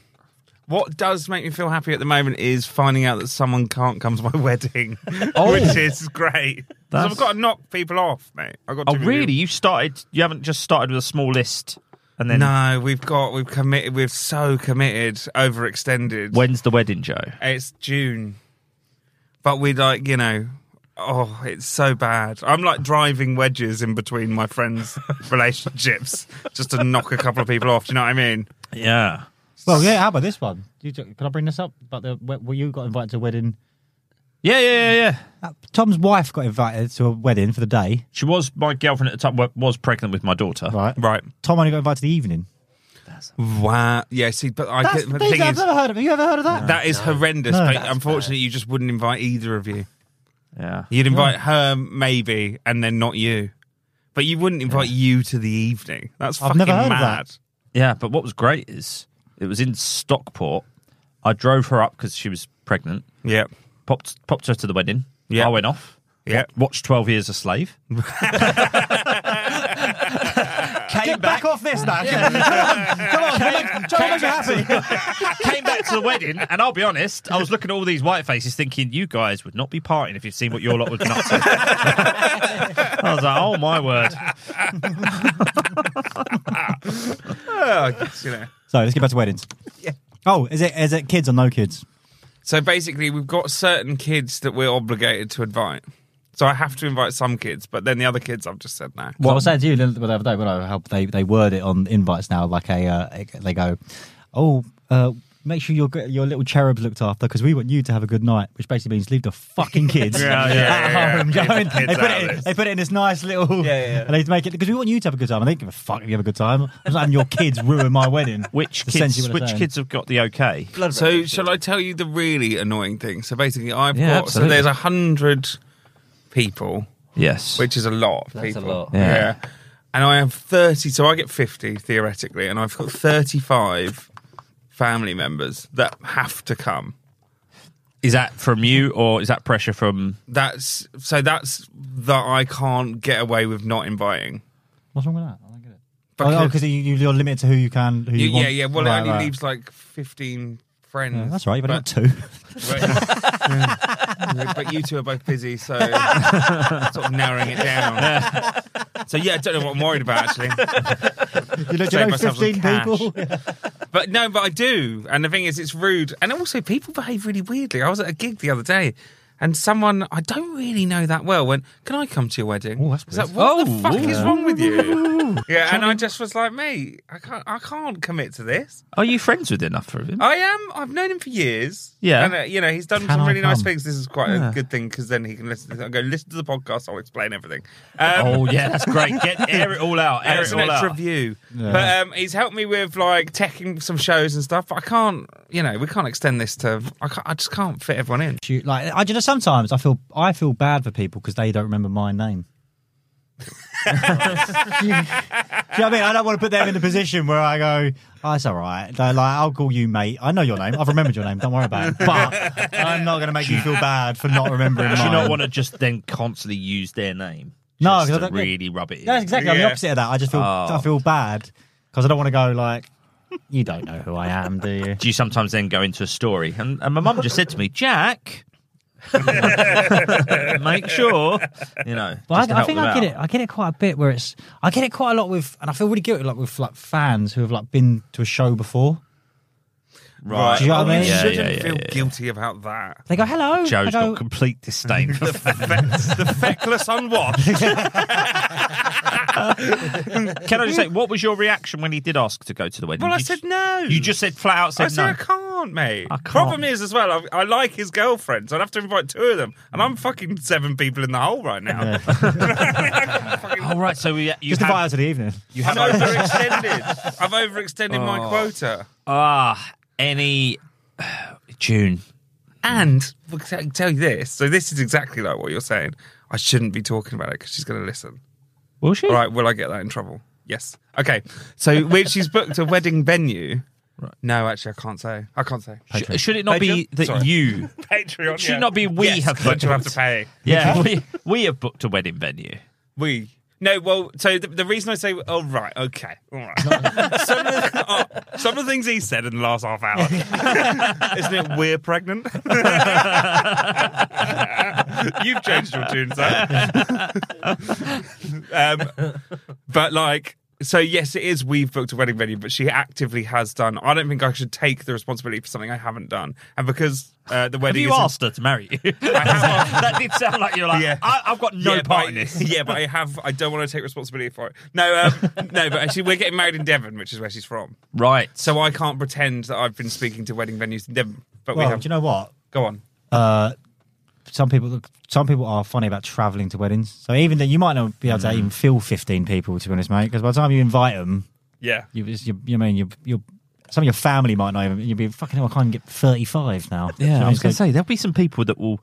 S5: what does make me feel happy at the moment is finding out that someone can't come to my [LAUGHS] wedding, which is great. 'Cause
S6: Oh. That's-
S5: I've got to knock people off, mate. I got.
S6: Oh,
S5: too many
S6: really? You started? You haven't just started with a small list, and then
S5: No, we've got we've committed. We've so committed, overextended.
S6: when's the wedding, Joe?
S5: It's June, but we like you know. Oh, it's so bad. I'm like driving wedges in between my friends' [LAUGHS] relationships just to knock a couple of people off. Do you know what I mean?
S6: Yeah.
S3: Well, yeah. How about this one? You, can I bring this up? But the we- well, you got invited to a wedding.
S6: Yeah, yeah, yeah, yeah.
S3: Uh, Tom's wife got invited to a wedding for the day,
S6: She was my girlfriend at the time. wa- Was pregnant with my daughter.
S3: right?
S5: Right.
S3: Tom only got invited to the evening.
S5: Wow. Yeah. See, but I
S3: That's,
S5: could, the thing
S3: I've
S5: is,
S3: never heard of it. You ever heard of that?
S5: that is horrendous.
S3: No.
S5: but
S3: That's
S5: unfortunately, you just wouldn't invite either of you.
S6: Yeah.
S5: You'd invite her maybe, and then not you. But you wouldn't invite you to the evening. That's
S3: I've
S5: fucking
S3: never heard of
S5: mad.
S3: that.
S6: Yeah, but what was great is it was in Stockport. I drove her up because she was pregnant.
S5: Yeah.
S6: Popped popped her to the wedding.
S5: Yeah.
S6: I went off.
S5: Yeah.
S6: Wa- Watched Twelve Years a Slave. [LAUGHS] Came
S3: Get
S6: back
S3: back off this now.
S5: [LAUGHS]
S3: Come on, make- Joe, make me happy.
S6: came back to the wedding, and I'll be honest, I was looking at all these white faces thinking, you guys would not be partying if you've seen what your lot was nuts. [LAUGHS] I was like, oh my word.
S5: [LAUGHS] Oh, I guess, [LAUGHS] you know.
S3: [LAUGHS] so let's get back to weddings. Oh, is it is it kids or no kids?
S5: So basically, we've got certain kids that we're obligated to invite. So I have to invite some kids, but then the other kids, I've just said no.
S3: Well, I was saying to you the other day, when I how they they word it on invites now, like a uh, they go, oh, uh, make sure your your little cherub's looked after because we want you to have a good night, which basically means leave the fucking kids
S5: Yeah, yeah, yeah,
S3: at home.
S5: yeah.
S3: You know what I mean?
S5: Leave the
S3: they
S5: kids
S3: put
S5: out
S3: it
S5: of
S3: in,
S5: this.
S3: they put it in this nice little
S8: yeah.
S3: and they make it because we want you to have a good time. I don't give a fuck if you have a good time. I'm not having your kids ruin my wedding.
S6: Which
S3: That's essentially
S6: kids
S3: what I'm
S6: which
S3: saying.
S6: kids have got the okay?
S8: Blood
S5: So
S8: relatives.
S5: shall I tell you the really annoying thing? So basically, I've
S6: Yeah,
S5: got
S6: absolutely.
S5: so there's a hundred people,
S6: Yes.
S5: which is a lot of
S8: That's a
S5: people.
S8: lot.
S6: Yeah.
S5: And I have thirty, so I get fifty theoretically, and I've got thirty-five family members that have to come.
S6: is that from you or is that pressure from
S5: That's so that's that I can't get away with not inviting.
S3: What's wrong with that? I don't get it. Oh, because you, you're limited to who you can. Who you,
S5: You- yeah,
S3: want.
S5: yeah. Well,
S3: Right,
S5: it only
S3: right.
S5: leaves like fifteen friends.
S3: Yeah, that's right. You've only got
S5: but-
S3: two.
S5: but but you two are both busy, so sort of narrowing it down. So yeah, I don't know what I'm worried about actually.
S3: [LAUGHS] You know, do you
S5: Save
S3: know
S5: myself some
S3: 15
S5: cash.
S3: people.
S5: [LAUGHS] But no, but I do. And the thing is, it's rude, and also people behave really weirdly. I was at a gig the other day. And someone I don't really know that well went, Can I come to your wedding?
S3: Oh, that's
S5: I was like,
S3: weird.
S5: what
S6: Oh,
S5: the fuck is
S6: yeah.
S5: wrong
S3: [LAUGHS]
S5: with you? yeah, and I just was like, mate, I can't I can't commit to this.
S6: Are you friends with enough of him?
S5: I am. I've known him for years.
S6: Yeah.
S5: and uh, you know he's done
S3: Can
S5: some
S3: I
S5: really nice
S3: come?
S5: things. This is quite a good thing because then he can listen. I go listen to the podcast. I'll explain everything. Um,
S6: oh yeah, that's great.
S3: [LAUGHS]
S6: Get air it all out.
S5: [LAUGHS] and
S6: Air
S5: it's
S6: it
S5: an
S6: all
S5: extra
S6: out.
S5: view. But um, he's helped me with like teching some shows and stuff. But I can't. You know, we can't extend this to. I, can't, I just can't fit everyone in.
S3: you- like I you know sometimes I feel I feel bad for people because they don't remember my name. [LAUGHS] do, you, do you know what I mean? I don't want to put them in the position where I go, oh, it's all right. They're like, I'll call you mate. I know your name. I've remembered your name. Don't worry about it. But I'm not going to make you feel bad for not remembering
S6: Do
S3: mine.
S6: you not want to just then constantly use their name?
S3: No,
S6: Just
S3: 'cause I
S6: to
S3: don't-
S6: really rub it in.
S3: That's exactly. I'm the
S5: Yeah.
S3: opposite of that. I just feel I feel bad because I don't want to go like, you don't know who I am, do you?
S6: Do you sometimes then go into a story? And, and my mum just said to me, Jack, Make sure, you know.
S3: But
S6: just to
S3: I, I
S6: help
S3: think
S6: them
S3: I
S6: out.
S3: get it. I get it quite a bit where it's. I get it quite a lot with, and I feel really guilty like with like fans who have like been to a show before.
S5: Right.
S3: Do you know what I
S5: Oh,
S3: mean?
S5: You
S6: Yeah,
S5: shouldn't
S6: yeah,
S5: feel
S6: yeah, yeah.
S5: guilty about that.
S3: They go hello. I
S6: Joe's
S3: go,
S6: got complete
S3: [LAUGHS]
S6: disdain for
S5: Fe- the feckless unwashed.
S6: [LAUGHS] Can I just say, what was your reaction when he did ask to go to the wedding?
S5: Well, I
S6: You
S5: said
S6: just-
S5: no.
S6: You just said flat out
S5: I
S6: said
S5: said
S6: no.
S5: I can't, mate.
S6: I can't.
S5: Problem is as well, I, I like his girlfriend, so I'd have to invite two of them, and I'm fucking seven people in the hole right now. [LAUGHS]
S6: oh, right. So we, you
S3: just invite her
S6: have,
S3: to the evening.
S6: you
S5: I've
S6: have
S5: overextended. I've overextended my quota.
S6: ah any [SIGHS] June.
S5: And I can tell you this. So this is exactly like what you're saying. I shouldn't be talking about it because she's going to listen.
S6: Will she?
S5: All right, will I get that in trouble? Yes. Okay. So when she's booked a wedding venue.
S6: Right.
S5: No, actually, I can't say. I can't say.
S6: Sh- should it not be
S5: Patreon?
S6: that
S5: Sorry.
S6: you?
S5: [LAUGHS] Patreon.
S6: It should not be we
S5: Yes,
S6: have
S5: 'cause I
S6: booked.
S5: do have to pay.
S6: [LAUGHS] Yeah, we, we have booked a wedding venue.
S5: We. No, well, so the, the reason I say, oh, right, okay, all right. [LAUGHS] some, of the, oh, some of the things he said in the last half hour. [LAUGHS] Isn't it, we're pregnant? [LAUGHS] You've changed your tune, sir. [LAUGHS] um, but, like, so yes, it is we've booked a wedding venue, but she actively has done. I don't think I should take the responsibility for something I haven't done. And because uh, the
S6: Have
S5: wedding
S6: you
S5: isn't-
S6: asked her to marry [LAUGHS] you?
S5: have.
S6: that did sound like you're like,
S5: Yeah.
S6: I, I've got no
S5: but
S6: part
S5: I-
S6: in this.
S5: [LAUGHS] Yeah, but I have. I don't want to take responsibility for it. No, um, no. But actually, we're getting married in Devon, which is where she's from.
S6: Right.
S5: So I can't pretend that I've been speaking to wedding venues in Devon. But
S3: Well,
S5: we have.
S3: do you know what?
S5: Go on.
S3: Uh, some people, some people are funny about traveling to weddings. So even then, you might not be able
S6: Mm.
S3: to even fill fifteen people, to be honest, mate. Because by the time you invite them,
S5: Yeah.
S3: you, it's- you, you mean you, you, some of your family might not even. You'd be fucking hell. I can't even get thirty-five now. Do you know
S6: Yeah,
S3: what
S6: I was going to
S3: So-
S6: say there'll be some people that will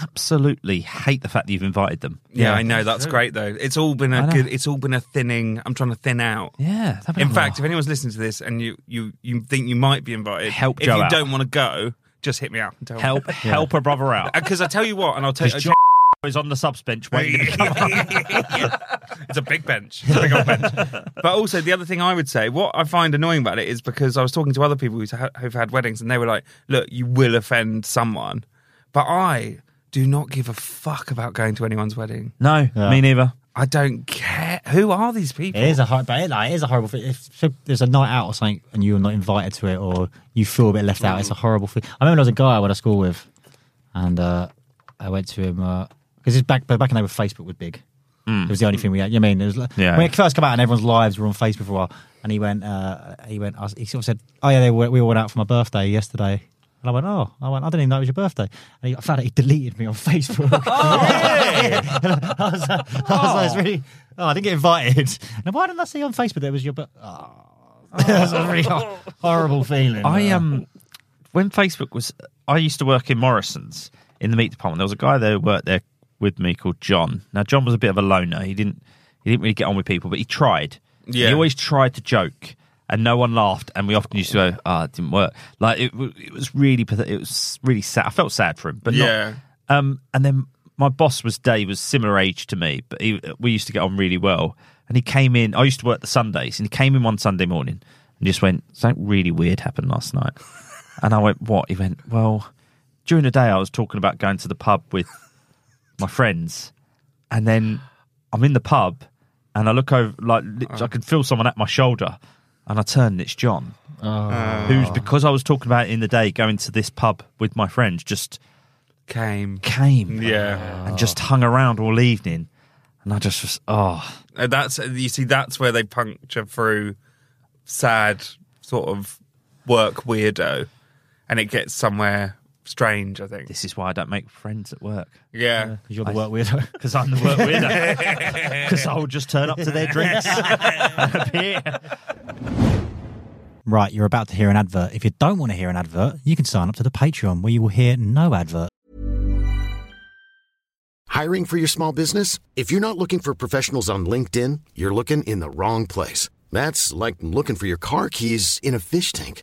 S6: absolutely hate the fact that you've invited them.
S5: Yeah,
S3: Yeah.
S5: I know. That's great though. It's all been
S6: I
S5: a
S6: know.
S5: good. It's all been a thinning. I'm trying to thin out.
S6: Yeah. that'd be
S5: In
S6: like,
S5: fact,
S6: "Oh."
S5: if anyone's listening to this and you you you think you might be invited,
S6: Help
S5: If
S6: Joe
S5: you
S6: out.
S5: don't want to go, just hit me up and tell me.
S6: help help a brother out.
S5: Because I tell you what, and I'll tell you. [LAUGHS]
S6: Because John is on the subs bench waiting. to come.
S5: [LAUGHS] it's a big bench. It's a big old bench. [LAUGHS] But also, the other thing I would say, what I find annoying about it is because I was talking to other people who's ha- who've had weddings and they were like, look, you will offend someone. But I do not give a fuck about going to anyone's wedding.
S6: No,
S3: Yeah.
S6: me neither.
S5: I don't care. Who are these people?
S3: It is a hard, but it, like, it is a horrible thing. If, if there's a night out or something and you're not invited to it, or you feel a bit left out, it's a horrible thing. I remember there was a guy I went to school with, and uh, I went to him because his back back in the day, when Facebook was big. It was the only thing we had. You know what I mean it was like,
S6: Yeah.
S3: when it first came out and everyone's lives were on Facebook for a while. And he went, uh, he went, I was- he sort of said, "Oh yeah, they were, we all went out for my birthday yesterday." And I went, "Oh, I went, I didn't even know it was your birthday." And he, I found out he deleted me on Facebook. [LAUGHS] I was like, I was like, it's really. Oh, I didn't get invited. [LAUGHS] And why didn't I see on Facebook that it was your? But oh, [LAUGHS] that's a really hor- horrible feeling.
S6: I
S3: Uh,
S6: um, when Facebook was, I used to work in Morrison's in the meat department. There was a guy there who worked there with me called John. Now John was a bit of a loner. He didn't he didn't really get on with people, but he tried.
S5: Yeah.
S6: he always tried to joke, and no one laughed. And we often used to go, "Ah, it didn't work." Like it, wa- it was really, pathet- it was really sad. I felt sad for him, but not-
S5: Yeah.
S6: um, and then my boss was Dave, was similar age to me, but he, we used to get on really well. And he came in. I used to work the Sundays, and he came in one Sunday morning and just went, "Something really weird happened last night." [LAUGHS] And I went, "What?" He went, "Well, during the day I was talking about going to the pub with my friends, and then I'm in the pub, and I look over, like lit- I can feel someone at my shoulder, and I turn, and it's John, who's because I was talking about it in the day going to this pub with my friends, just."
S5: Came.
S6: came
S5: Yeah.
S6: and just hung around all evening and i just was oh
S5: And Uh, that's you see, that's where they puncture through sad sort of work weirdo, and it gets somewhere strange. I think.
S6: this is why i don't make friends at work
S5: Yeah.
S3: 'cause you're the work weirdo.
S6: because i'm the work
S3: [LAUGHS]
S6: winner [LAUGHS] because i'll [LAUGHS] just turn up to their drinks and appear.
S3: Right, you're about to hear an advert. If you don't want to hear an advert, you can sign up to the Patreon where you will hear no advert.
S9: Hiring for your small business? If you're not looking for professionals on LinkedIn, you're looking in the wrong place. That's like looking for your car keys in a fish tank.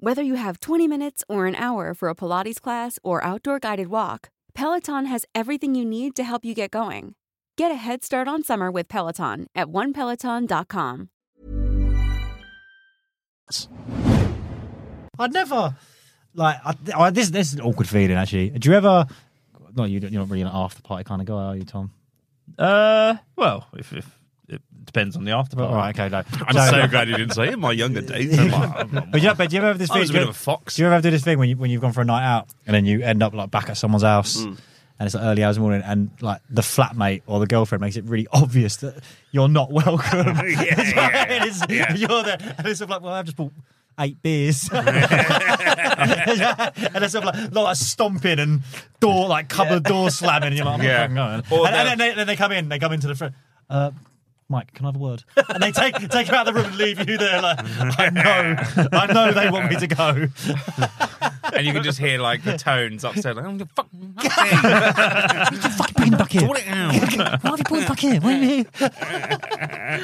S10: Whether you have 20 minutes or an hour for a Pilates class or outdoor guided walk, Peloton has everything you need to help you get going. Get a head start on summer with Peloton at onepeloton.com.
S3: I'd never like I, I, this. This is an awkward feeling actually. Do you ever? No, you, don't- you're not really an after party kind of guy, are you, Tom?
S6: Uh, well, if, if it depends on the after
S3: Well,
S6: party.
S3: all right, okay, no.
S6: I'm
S3: So-
S6: so glad you didn't say in my younger
S3: [LAUGHS]
S6: days. I'm like, I'm not-
S3: But you, but do you ever have this?
S6: I was a
S3: feeling-
S6: bit of a fox.
S3: Do you ever have to do this thing when you when you've gone for a night out and then you end up like back at someone's house? And it's like early hours in the morning, and like the flatmate or the girlfriend makes it really obvious that you're not welcome. That's what I mean, [LAUGHS] it's-
S4: yeah.
S3: You're there, and it's sort of like, well, I've just bought eight beers, [LAUGHS] and it's sort of like, like stomping and door like cupboard door slamming, and you're like, I'm
S5: Yeah.
S3: not fucking going.
S5: Or
S3: And, and
S5: they'll-
S3: then, they, then they come in, they come into the front. Uh, Mike, can I have a word? And they take take you out of the room and leave you there. Like I know, I know they want me to go.
S5: and you can just hear like the tones upstairs. Like, I'm gonna fuck.
S3: [LAUGHS] Bring him back here.
S5: Sort it out.
S3: Why have you brought him back here? Why are you here?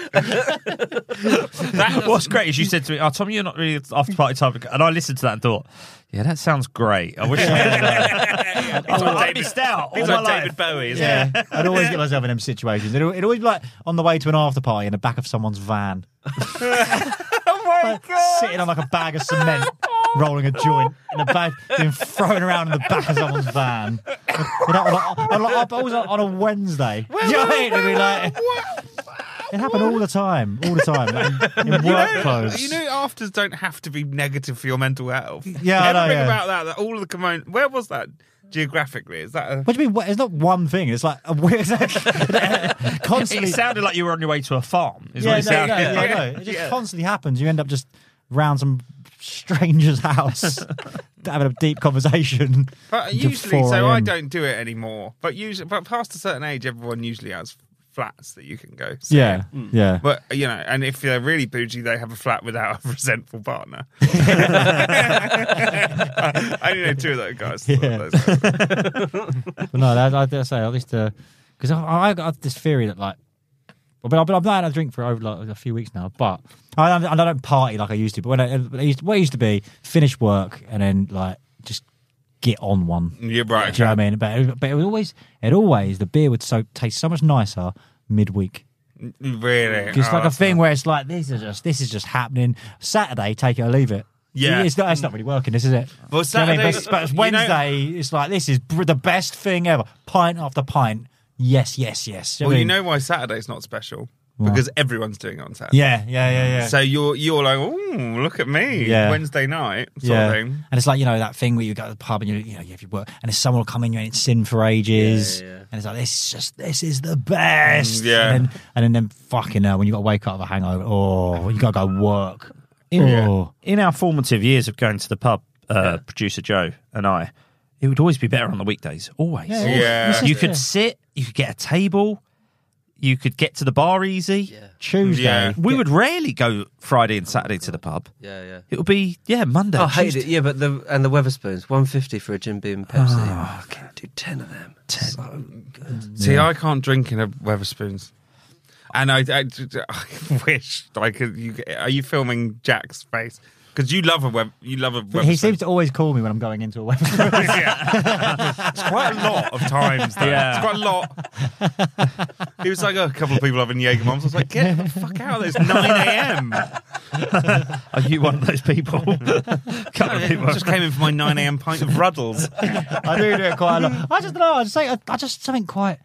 S3: [LAUGHS]
S5: [LAUGHS]
S6: What's great is you said to me, "Oh, Tom, you're not really an after party type," of guy." and I listened to that and thought, "Yeah, that sounds great. I wish
S3: [LAUGHS]
S6: I, [LAUGHS] I missed out all
S5: He's
S6: my
S5: like
S6: life."
S5: David Bowie, isn't yeah.
S3: Yeah, I'd always get myself in them situations. It would always be like on the way to an after party in the back of someone's van,
S5: [LAUGHS]
S3: [LAUGHS]
S5: Oh my Oh.
S3: sitting on like a bag of cement, rolling a joint in a bag, being thrown around in the back of someone's van. You know, on, a, on, a, on, always on a Wednesday, you know what I mean? It'd be like- it happened all the time, all the time in, in work clothes.
S5: You know, afters don't have to be negative for your mental health.
S3: Yeah, I know,
S5: Everything
S3: yeah.
S5: about that, that all of the component. Where was that geographically? Is that a,
S3: What do you mean? What, it's not one thing. It's like a
S5: [LAUGHS]
S3: weird, [LAUGHS]
S6: It
S3: constantly.
S6: sounded like you were on your way to a farm. Is
S3: yeah,
S6: what
S3: no,
S6: it sounded.
S3: no,
S6: like.
S3: I know. It just constantly happens. You end up just round some stranger's
S5: [LAUGHS]
S3: house, [LAUGHS] having a deep conversation.
S5: But
S3: until
S5: usually, so
S3: 4
S5: I
S3: a.m..
S5: don't do it anymore. But usually, but past a certain age, everyone usually has flats that you can go. see.
S3: Yeah, yeah.
S5: But you know, and if they're really bougie, they have a flat without a [LAUGHS] resentful partner. I only know two of those guys.
S3: Yeah.
S5: Those-
S3: But no, that, I, I say at least because I, I got this theory that like, but I've been, I've been out of drink for over like a few weeks now. But I, don't- I don't party like I used to. But when I, I used, what I used to be, finish work and then like just get on one.
S5: You're right.
S3: Do you know what I mean? But it, but it was always it always the beer would so taste so much nicer midweek.
S5: Really?
S3: It's like
S5: Oh,
S3: a thing where it's like this is just this is just happening. Saturday, take it or leave it.
S5: Yeah.
S3: it's not, it's not really working. This is it.
S5: Well,
S3: Do you know what I mean?
S5: Saturday-
S3: but, but it's
S5: you know-
S3: Wednesday. it's like this is br- the best thing ever. Pint after pint. Yes, yes, yes. Do
S5: Well, you
S3: what I mean?
S5: know why Saturday's not special
S3: Why?
S5: because everyone's doing it on Saturday.
S3: Yeah, yeah, yeah, yeah.
S5: So you're you're like, oh, look at me,
S3: Yeah.
S5: Wednesday night sort
S3: yeah,
S5: of thing.
S3: and it's like you know that thing where you go to the pub and you you know you have your work, and if someone will come in, you ain't seen for ages, and it's like this is just this is the best,
S5: Mm, yeah.
S3: and then, and then, then fucking hell, when you got to wake up with a hangover, oh, you got to go work, oh,
S6: in our formative years of going to the pub, uh, producer Joe and I, it would always be better on the weekdays. Always.
S3: Yeah,
S5: yeah. This
S3: Oh, is-
S6: You could
S3: yeah.
S6: sit, you could get a table, you could get to the bar easy.
S3: Tuesday.
S5: Yeah.
S6: We would rarely go Friday and Saturday to the pub.
S8: Yeah, yeah.
S6: It would be, yeah, Monday.
S8: Oh, I hate
S6: Tuesday.
S8: it. Yeah, but the and the Weatherspoons, one fifty for a Jim Beam Pepsi.
S6: Ah,
S8: I can do ten of them. Ten. So good.
S5: See, I can't drink in a Weatherspoons. And I, I, [LAUGHS] I wish I could. You, are you filming Jack's face? Because you love a web, you love a.
S3: But he
S5: Weatherspoons.
S3: seems to always call me when I'm going into a
S5: [LAUGHS]
S3: website.
S5: Yeah. it's quite a lot of times. Though.
S6: Yeah.
S5: It's quite a lot. He was like, oh, a couple of people having Jagermoms. I was like, get the fuck out of this 9 a.m.
S6: Are you one of
S8: [LAUGHS]
S6: those people? Couple of people.
S5: I just came in for my 9 a.m. pint of Ruddles.
S3: I do do it quite a lot. I just don't know. I just say I, I just something quite.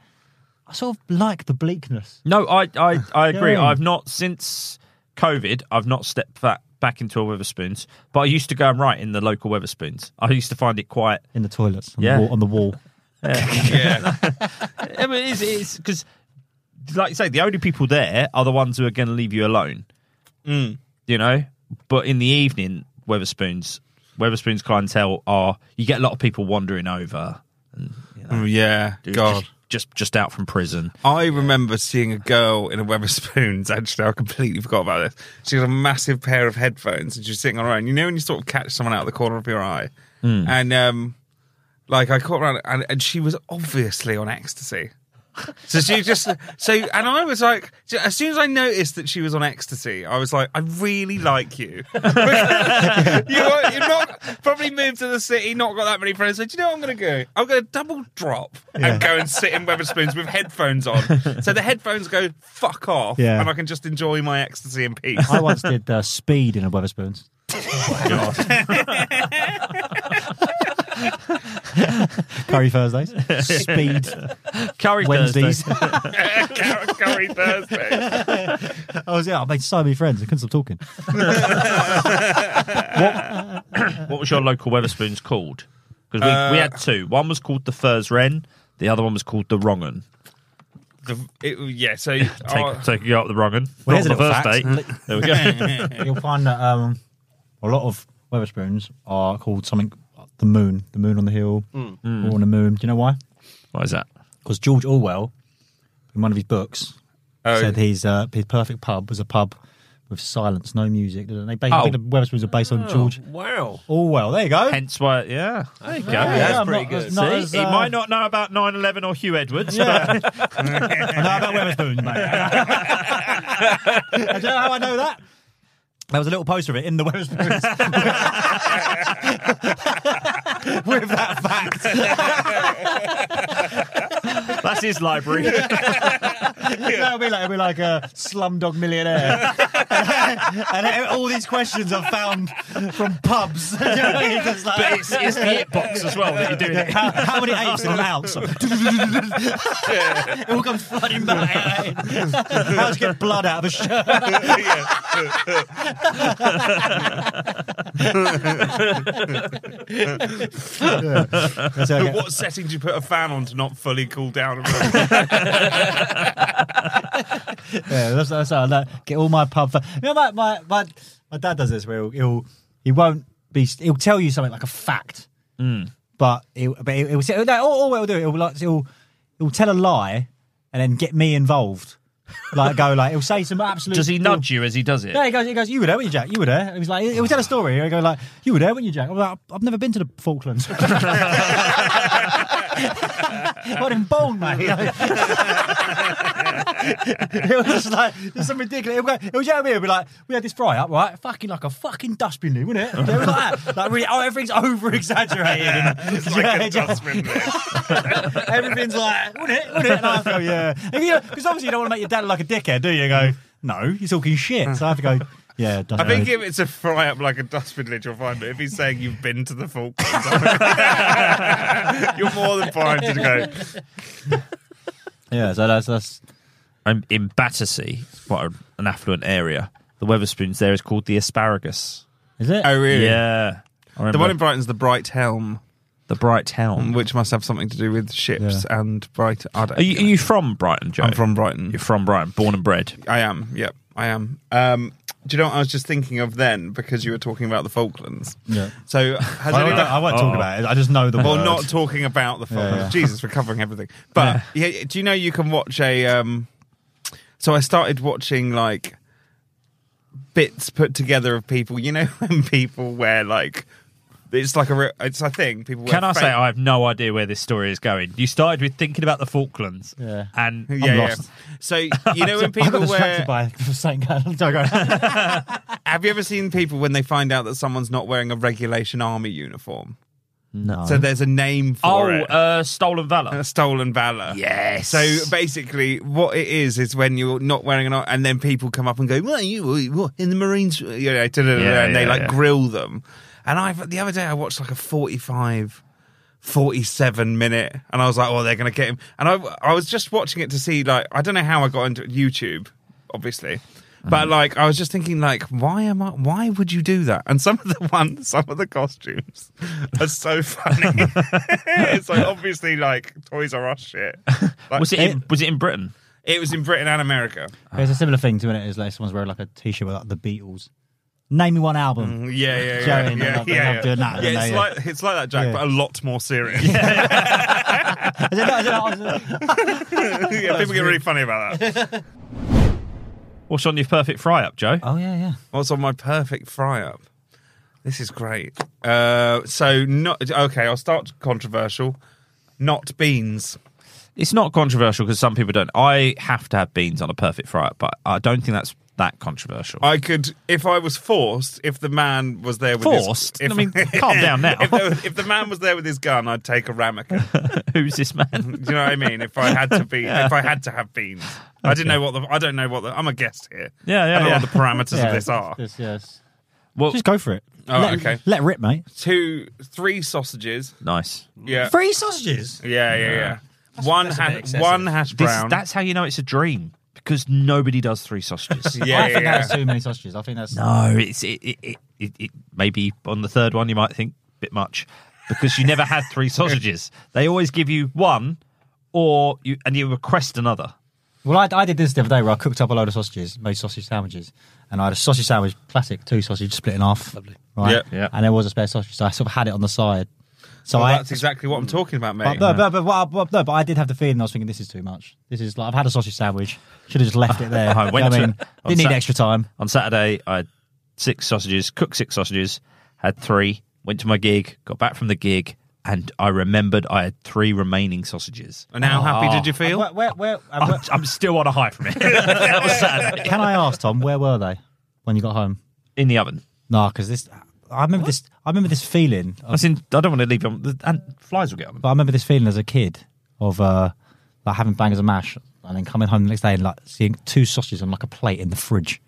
S3: I sort of like the bleakness.
S6: No, I, I,
S5: Ah,
S6: I agree.
S3: Yeah.
S6: I've not since COVID. I've not stepped back back into a Weatherspoons, but I used to go and write in the local Weatherspoons. I used to find it quite.
S3: In the toilets, on,
S6: Yeah.
S3: the, wall, on
S6: [LAUGHS]
S3: the wall.
S5: Yeah.
S6: I mean, it's it's because, like you say, the only people there are the ones who are going to leave you alone.
S5: Mm.
S6: You know, but in the evening, Weatherspoons, Weatherspoons clientele are you get a lot of people wandering over. And, you know,
S5: yeah.
S6: dudes
S5: God.
S6: just just just out from prison.
S5: I remember seeing a girl in a Weatherspoons. Actually, I completely forgot about this. She had a massive pair of headphones, and she was sitting on her own. You know when you sort of catch someone out of the corner of your eye,
S6: Mm.
S5: and um, like I caught around, and, and she was obviously on ecstasy. So she just so, and I was like, as soon as I noticed that she was on ecstasy, I was like, I really like
S3: [LAUGHS]
S5: you. [LAUGHS] you are, you're not probably moved to the city, not got that many friends. So do you know what I'm going to go? I'm going to double drop
S3: Yeah.
S5: and go and sit in Weatherspoons with headphones on. So the headphones go fuck off,
S3: Yeah.
S5: and I can just enjoy my ecstasy in peace.
S3: I once did uh, speed in a Weatherspoons.
S6: [LAUGHS] Oh
S3: [LAUGHS] Curry
S6: [LAUGHS]
S3: Thursdays. Speed.
S6: Curry
S3: Wednesdays.
S5: Curry- [LAUGHS] Curry Thursday.
S3: [LAUGHS] I was yeah, I made so many friends. I couldn't stop talking.
S6: what, what was your local Weatherspoons called? Because we, we
S5: Uh,
S6: had two. One was called the Furs Wren. The other one was called the Wrongen.
S5: The- it- yeah,
S6: [LAUGHS]
S5: so
S6: Take,
S5: oh,
S6: take you out the Wrongen. Not
S3: Well, here's
S6: on the
S3: a
S6: first
S3: little fact.
S6: date.
S3: [LAUGHS]
S6: There we [LAUGHS] go.
S3: You'll find that um, a lot of Weatherspoons are called something the moon, the moon on the hill,
S6: Mm.
S3: or on the moon. Do you know why?
S6: Why is that?
S3: Because George Orwell, in one of his books,
S6: Oh.
S3: said his uh, his perfect pub was a pub with silence, no music. They
S6: Oh.
S3: basically the Weatherspoons are based on George
S6: Wow.
S3: Orwell. There you go.
S6: Hence why, yeah. There you go.
S3: Yeah, That's I'm pretty not- good. not
S6: See,
S3: as,
S6: he
S3: uh,
S6: might not know about 9 11 or Hugh Edwards.
S3: Yeah.
S6: But...
S3: [LAUGHS] I know about Weatherspoons, mate. [LAUGHS] I don't know how I know that. There was a little poster of it in the
S6: [LAUGHS]
S3: Weatherspoons [LAUGHS] with that fact.
S6: That's his
S3: [LAUGHS]
S6: library.
S3: That'll be like, it'll be like a slumdog millionaire. [LAUGHS] and then all these questions I've found from pubs. [LAUGHS] You know what I mean? Just like-
S6: But it's, it's the it box as well that you're doing it.
S3: How, how many apes in an ounce? [LAUGHS] it all comes flooding back. How'd you get blood out of a [LAUGHS] shirt? That's [LAUGHS] okay.
S5: What setting do you put a fan on to not fully cool
S3: [LAUGHS]
S5: down?
S3: yeah, that's, that's how I like, get all my pub. Fa- you know, my, my, my, my dad does this where he'll, he'll he won't be he'll tell you something like a fact,
S6: Mm.
S3: but he'll, but he'll, he'll say "Oh, no, all, all he'll do he'll like he'll he'll tell a lie and then get me involved. Like go like he'll say some absolute.
S6: Does he nudge you as he does it?
S3: Yeah, he goes. He goes. You were there, weren't you, Jack? You were there. He was like, he was tell a story. He go like, you were there, weren't you, Jack? I'm like, I've never been to the
S5: [LAUGHS]
S3: Falklands. [LAUGHS] what in bone, mate? [LAUGHS] it was just like it's some ridiculous. It was, it was yeah, we'd be like, we had this fry up, right? Fucking like a fucking dustbin, loo, wasn't it? Yeah, It was like that. Like really, oh, everything's over
S5: [LAUGHS]
S3: exaggerated.
S5: It's
S3: [LAUGHS]
S5: like a dustbin
S3: Everything's like, wouldn't it? Wouldn't it? And I go, yeah, because obviously you don't want to make your dad look like a dickhead, do you? You Go, no, you're talking shit. So I have to go. Yeah,
S5: I think
S3: dustbin.
S5: if it's a fry up like a dustbin lid, you'll find it. If he's saying you've been to the Falklands, [LAUGHS] you're more than fine to go.
S3: Yeah, so that's that's.
S6: I'm in Battersea, it's quite a- an affluent area. The Weatherspoons there is called the Asparagus.
S3: Is it?
S5: Oh, really?
S6: Yeah.
S5: The one in Brighton's the Bright Helm,
S6: the Bright
S3: Mm,
S6: Helm.
S5: which must have something to do with ships and Bright. I don't
S6: Are you, are you from Brighton, Joe?
S5: I'm from Brighton.
S6: You're from Brighton, born and bred.
S5: I am. Yep, I am. Um, do you know what I was just thinking of then because you were talking about the Falklands?
S3: Yeah.
S5: So has
S3: I,
S5: anyone-
S3: won't- I won't talk
S6: Oh.
S3: about it. I just know the
S5: Well,
S3: word. [LAUGHS]
S5: not talking about the film.
S3: Yeah, yeah.
S5: Jesus, we're covering everything. But yeah. do you know you can watch a? Um, so I started watching like bits put together of people. You know [LAUGHS] when people wear like it's like a re- it's a thing. People wear
S6: Can I
S5: fake-
S6: say I have no idea where this story is going? You started with thinking about the Falklands,
S3: [LAUGHS] Yeah.
S6: and
S5: Yeah, yeah. So you know when
S3: I got
S5: people
S3: distracted
S5: wear.
S3: by [LAUGHS] something going on. Sorry, go on.
S5: Have you ever seen people when they find out that someone's not wearing a regulation army uniform?
S3: No.
S5: So there's a name
S6: [LAUGHS] Oh,
S5: for it.
S6: uh, stolen valor.
S5: A stolen valor.
S6: Yes.
S5: So [LAUGHS] basically, what it is is when you're not wearing an, and then people come up and go, "Well, you were- you were in the Marines," you know, da, da, da, da,
S6: Yeah,
S5: and they
S6: yeah,
S5: like
S6: yeah.
S5: grill them. And I the other day I watched like a 45, 47 minute, and I was like, "Oh, they're going to get him." And I I was just watching it to see like I don't know how I got into it, YouTube, obviously. But
S6: Mm-hmm.
S5: like I was just thinking, like, why am I? Why would you do that? And some of the [LAUGHS] ones, some of the costumes are so funny. [LAUGHS] it's like obviously like Toys R
S6: [LAUGHS]
S5: Us shit. Like-
S6: was it, in, was it in Britain?
S5: it was in Britain and America.
S3: There's a similar thing to it. Is like someone's wearing like a t-shirt with like the Beatles Name me one album.
S5: Mm, Yeah, yeah,
S3: Jerry
S5: yeah. yeah,
S3: and
S5: [LAUGHS] yeah,
S3: them, they're not doing that,
S5: Yeah,
S3: and
S5: it's,
S3: they, uh,
S5: like, it's like that, Jack,
S3: yeah.
S5: but a lot more serious.
S3: Is it not- is it not- is
S6: [LAUGHS]
S3: it-
S5: [LAUGHS] yeah, people get really funny about that.
S6: What's on your perfect fry up, Joe?
S3: Oh yeah, yeah.
S5: What's on my perfect fry up? This is great. Uh, so not okay. I'll start controversial. Not beans.
S6: It's not controversial because some people don't. I have to have beans on a perfect fry up, but I don't think that's that controversial.
S5: I could, if I was forced, if the man was there with
S6: Forced?
S5: His, if,
S6: I mean, calm down now.
S5: [LAUGHS] If, there was- if the man was there with his gun, I'd take a ramekin.
S6: [LAUGHS] Who's this
S5: [LAUGHS]
S6: man?
S5: Do you know what I mean? If I had to be,
S6: Yeah.
S5: if I had to have beans, I didn't know what the. I don't know what the. I'm a guest here.
S6: Yeah, yeah,
S5: I don't know
S6: yeah.
S5: what the parameters
S3: Yeah,
S5: of this are.
S3: Yes, yes.
S6: Well,
S3: Just go for it.
S5: Oh,
S3: let,
S5: okay.
S3: Let rip, mate.
S5: Two, three sausages.
S6: nice.
S5: Yeah,
S3: Three sausages.
S5: yeah, yeah, yeah. one, ha-
S8: excessive.
S5: one hash
S6: This,
S5: brown.
S6: that's how you know it's a dream because nobody does three sausages.
S5: [LAUGHS] yeah,
S3: I
S5: yeah,
S3: think
S5: yeah.
S3: that's too many sausages. I think that's
S6: No, it's it, it, it, it, it maybe on the third one you might think bit much because you never had
S5: [LAUGHS]
S6: three sausages. They always give you one or you and you request another.
S3: Well, I, I did this the other day where I cooked up a load of sausages, made sausage sandwiches, and I had a sausage sandwich, classic, two sausages split in half. Lovely. Right?
S5: Yeah,
S6: yeah.
S3: And there was a spare sausage, so I sort of had it on the side. So
S5: Well,
S3: I.
S5: that's exactly what I'm talking about, mate.
S3: but, no, but, but, what I- what- no, but I did have the feeling I was thinking this is too much. This is like I've had a sausage sandwich, should have just left it there.
S6: I
S3: You
S6: went
S3: know what
S6: to-
S3: I mean?
S6: on
S3: didn't need
S6: Sat-
S3: extra time.
S6: On Saturday, I had six sausages, cooked six sausages, had three, went to my gig, got back from the gig, and I remembered I had three remaining sausages.
S5: and how
S3: oh.
S5: happy did you feel?
S3: Where, where, where, and
S6: I'm, [LAUGHS]
S3: where-
S6: I'm still on a high from it. that was Saturday.
S3: can I ask Tom where were they when you got home?
S6: [LAUGHS] In the oven.
S3: No, because this. I remember this. I remember this feeling.
S6: I, was in, I don't want to leave them. And flies will get on them.
S3: But I remember this feeling as a kid of uh, like having bangers and mash, and then coming home the next day and like seeing two sausages on like a plate in the fridge.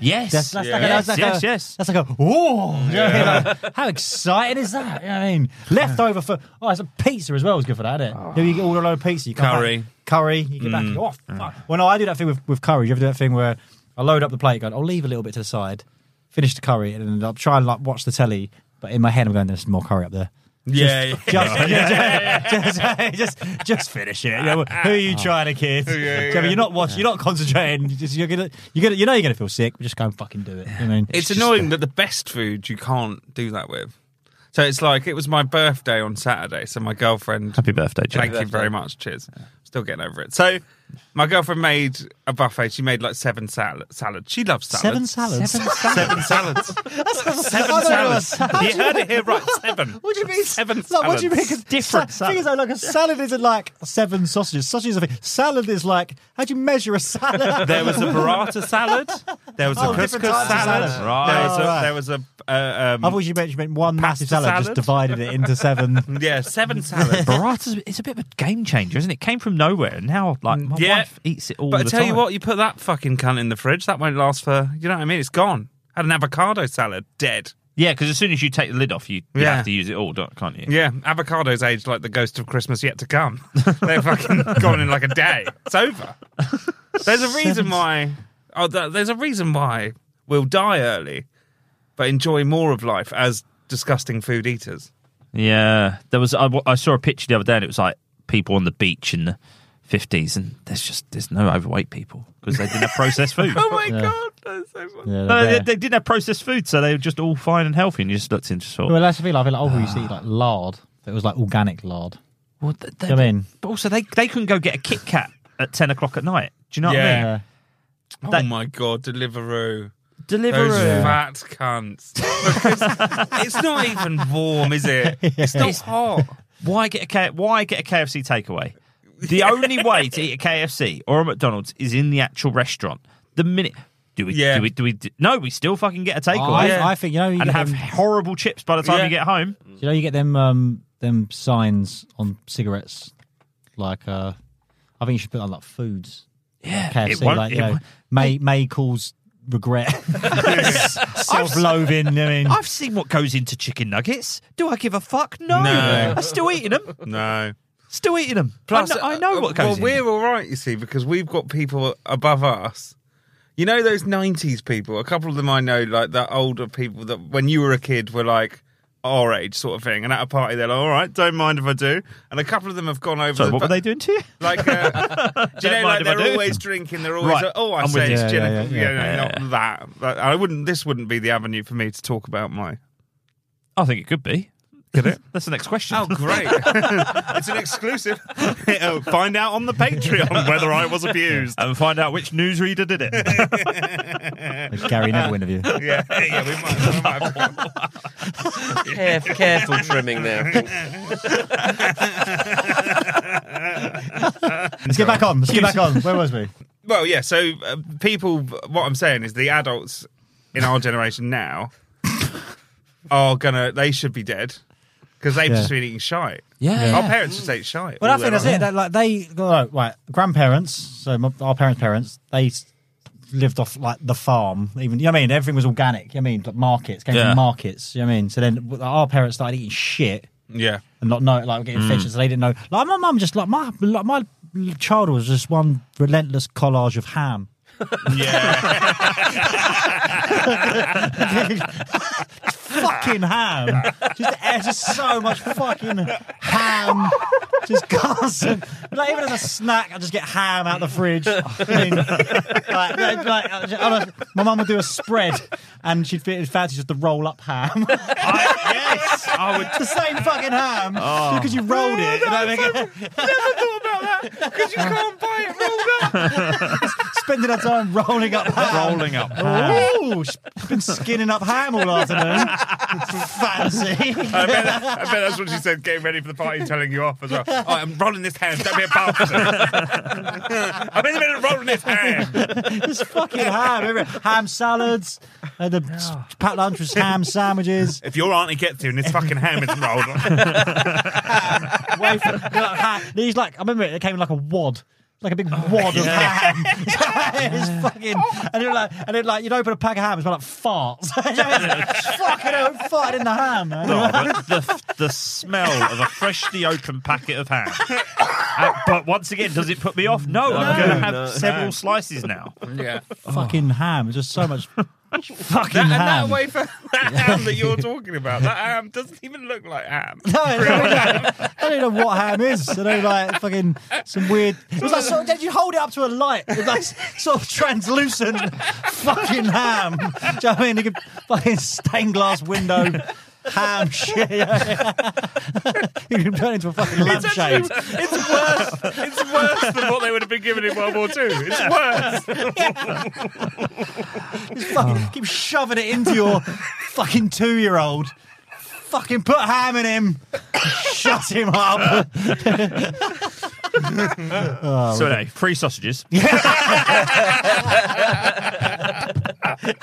S6: Yes.
S3: That's, that's like a,
S6: yes,
S3: that's like
S6: yes,
S3: a,
S6: yes.
S3: That's like a whoa. [LAUGHS] You know what I mean? Like, how exciting is that? You know what I mean, leftover for oh, it's a pizza as well is good for that, isn't it? You, know, you get all a load of pizza, you come
S5: Curry. Mm.
S3: back, curry, you get back, you go, oh fuck. Well, no, I do that thing with, with curry. You ever do that thing where I load up the plate, going, I'll leave a little bit to the side, finish the curry, and then I'll try and like watch the telly, but in my head I'm going, there's more curry up there.
S5: yeah, yeah.
S3: Just, just, just, [LAUGHS] just finish it. You know, who are you trying to kid?
S5: Ah. yeah,
S3: Trevor,
S5: yeah.
S3: You're not watching. You're not concentrating. You're, just, you're gonna, you're gonna, you know, you're gonna feel sick. But just go and fucking do it. You know,
S5: it's annoying that the best food you can't do that with. So it's like it was my birthday on Saturday, so my girlfriend.
S6: Happy birthday, Jack.
S5: Thank you very much. Cheers. Still getting over it. So my girlfriend made a buffet. She made like seven sal- salads. She loves
S3: Seven
S5: salads.
S3: salads. Seven
S5: Seven
S3: [LAUGHS]
S5: salads. seven salads. You heard it here, right? Seven.
S3: [LAUGHS] What do you mean?
S5: Seven
S3: Like, what do you mean?
S5: salads.
S3: 'Cause
S6: Different
S3: sa- thing is, though, like a salad isn't like seven sausages. Sausages are thing. Salad is like how do you measure
S6: [LAUGHS]
S3: a salad?
S5: There was a burrata salad. There was
S3: Oh,
S5: a
S3: different
S5: couscous
S3: types of
S5: salad.
S6: [LAUGHS]
S3: salad. Oh,
S5: There was a,
S3: Right.
S5: there was a uh, um,
S3: I thought you meant you meant one massive
S5: Pasta
S3: salad, just
S5: salad?
S3: divided it into
S6: [LAUGHS]
S3: seven.
S5: yeah,
S3: [LAUGHS]
S5: seven salads.
S6: Burrata's it's a bit of a game changer, isn't it? Came from nowhere, and now like my
S5: Yeah.
S6: wife eats it all
S5: But I
S6: the
S5: tell you
S6: time.
S5: what, you put that fucking cunt in the fridge, that won't last for, you know what I mean? It's gone. Had an avocado salad, dead.
S6: yeah, because as soon as you take the lid off, you, you
S5: Yeah.
S6: have to use it all, don't, can't you?
S5: Yeah, avocados aged like the ghost of Christmas yet
S6: [LAUGHS]
S5: to come. They're fucking gone in like a day. It's over. There's a reason why. Oh, th- there's a reason why we'll die early, but enjoy more of life as disgusting food eaters.
S6: Yeah, there was. I, wa- I saw a picture the other day, and it was like people on the beach in the fifties, and there's just there's no overweight people because they didn't have processed food.
S5: [LAUGHS] Oh my
S3: Yeah.
S5: god, that's so funny.
S3: Yeah,
S6: No,
S3: they're
S6: they,
S3: there.
S6: they didn't have processed food, so they were just all fine and healthy, and you just looked into sort.
S3: Well, that's the thing. I feel like oh, you see like lard. It was like organic lard.
S6: Well, th- they,
S3: Do you know what I mean?
S6: but also they they couldn't go get a Kit Kat at ten o'clock at night. Do you know what I mean?
S5: Yeah.
S3: Yeah.
S5: oh my god, Deliveroo. Those
S6: Deliveroo.
S5: fat cunts. Because
S6: [LAUGHS]
S5: it's not even warm, is it? It's not hot.
S6: Why get a K- why get a KFC takeaway? The only way to eat a KFC or a McDonald's is in the actual restaurant. The minute do we
S5: Yeah. Oh,
S6: do we do we no, we still fucking get a takeaway.
S3: I, I think you know you
S6: and
S3: get
S6: have
S3: them-
S6: horrible chips by the time
S5: Yeah.
S6: you get home.
S3: You know, you get them um, them signs on cigarettes, like uh, I think you should put on like foods. Yeah, KFC,
S6: it won't-
S3: like you
S6: it
S3: know,
S6: won't-
S3: May May cause regret,
S6: [LAUGHS]
S3: [LAUGHS] self-loathing. I mean,
S6: I've seen what goes into chicken nuggets. Do I give a fuck? No,
S5: No.
S6: I'm still eating them.
S5: No.
S6: Still eating them. Plus, I know, I know what
S5: uh, Well,
S6: goes.
S5: we're
S6: in.
S5: all right, you see, because we've got people above us. You know those '90s people. A couple of them I know, like the older people that when you were a kid were like, our age sort of thing, and at a party they're like, "All right, don't mind if I do." And a couple of them have gone over.
S6: Sorry,
S5: the
S6: what were
S5: bu-
S6: they doing to you?
S5: Like, uh, do you
S6: Don't
S5: know, like
S6: mind if I
S5: they're
S6: do.
S5: always drinking. They're always,
S6: Right.
S5: like, "Oh, I
S6: I'm with
S5: say
S6: you.
S5: it's
S6: Yeah,
S5: gin."
S6: yeah,
S5: and-
S6: yeah,
S5: you
S6: yeah.
S5: know,
S6: Yeah,
S5: not
S6: yeah.
S5: that. But I wouldn't. This wouldn't be the avenue for me to talk about my.
S6: I think it could be. Could it? That's the next question. [LAUGHS]
S5: Oh, great! [LAUGHS] it's an exclusive. Oh, find out on the Patreon whether I was abused.
S6: and find out which newsreader did it.
S3: The Gary Neville interview.
S5: [LAUGHS] Yeah, yeah, we might. We might have to-
S8: Caref- careful trimming there.
S3: Let's get back on. Let's get back on. Where was we?
S5: Well, yeah. So uh, people, what I'm saying is the adults in our generation now are gonna. They should be dead because they've
S3: Yeah.
S5: just been eating shite.
S8: Yeah.
S5: Our parents just ate shite.
S3: Well,
S5: all
S3: I think
S5: their
S3: that's
S5: life.
S3: it. That, like they, like, right, grandparents. So my, our parents' parents, they s- lived off like the farm. Even you know what I mean, everything was organic. You know what I mean, like markets came
S6: Yeah.
S3: from markets. You know what I mean. So then w- our parents started eating shit
S5: Yeah.
S3: and not know, like getting fish, and so they didn't know. Like my mum, just like my like, my child was just one relentless collage of ham.
S5: Yeah.
S3: [LAUGHS] fucking ham. Just, eh, just so much fucking ham. Just constant. Like, even as a snack, I just get ham out the [LAUGHS] fridge. I mean, like, like, like, I just- I was- my mum would do a spread, and she'd fit- fancy just the roll up ham. yes, I would. Oh. The same fucking ham because you rolled it. you know what I mean?
S5: Because you can't buy it rolled up.
S3: Spending our time rolling up ham.
S6: Rolling up.
S3: Ooh, she's been skinning up ham all [LAUGHS] afternoon. Fancy.
S5: I bet, I bet that's what she said. Getting ready for the party, telling you off as well. "Oh, I'm rolling this hand. Don't be a bastard. [LAUGHS] I'm in the middle of rolling this hand.
S3: It's fucking ham. everywhere. Ham salads. And the s- packed lunch was ham
S5: [LAUGHS]
S3: sandwiches.
S5: If your auntie gets you and this fucking ham is rolled,
S3: [LAUGHS] wafer- they're like ham. These like I remember it, it came in like a wad. Like a big wad of ham. [LAUGHS] it's fucking and it like and it like you'd open a pack of ham, it's like farts. [LAUGHS] fucking hell, it farted in the ham, man.
S6: Oh, but the, the smell of a freshly opened packet of ham. Uh, but once again, does it put me off? No, I'm
S8: No,
S6: going to have
S8: no.
S6: several slices now.
S5: yeah.
S3: Fucking ham. It's just so much fucking
S5: That, and
S3: ham.
S5: that wafer, that ham that you're talking about, that ham doesn't even look like ham.
S3: [LAUGHS] No, I don't, know, I don't know what ham is. I don't like fucking some weird. It was like sort of, did you hold it up to a light? It was like sort of translucent fucking ham. Do you know what I mean? You could fucking stained glass window ham shit. [LAUGHS] you can turn it into a fucking
S5: It's actually,
S3: lampshade.
S5: it's worse. It's worse than what they would have been given in World War II. It's worse.
S3: Just fucking keep shoving it into your fucking two-year-old. Fucking put ham in him. Shut him
S5: [LAUGHS]
S3: up.
S6: so anyway, free sausages.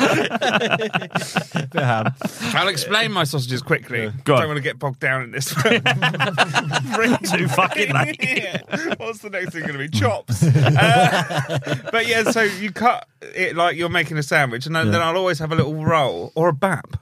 S3: Bit of ham.
S5: I'll explain my sausages quickly.
S6: Go on.
S5: Don't want to get bogged down in this. [LAUGHS] Too
S6: fucking
S5: [LAUGHS]
S6: late.
S5: What's the next thing going to be? Chops. Uh, [LAUGHS] but yeah, so you cut it like you're making a sandwich, and then, then I'll always have a little roll or a bap,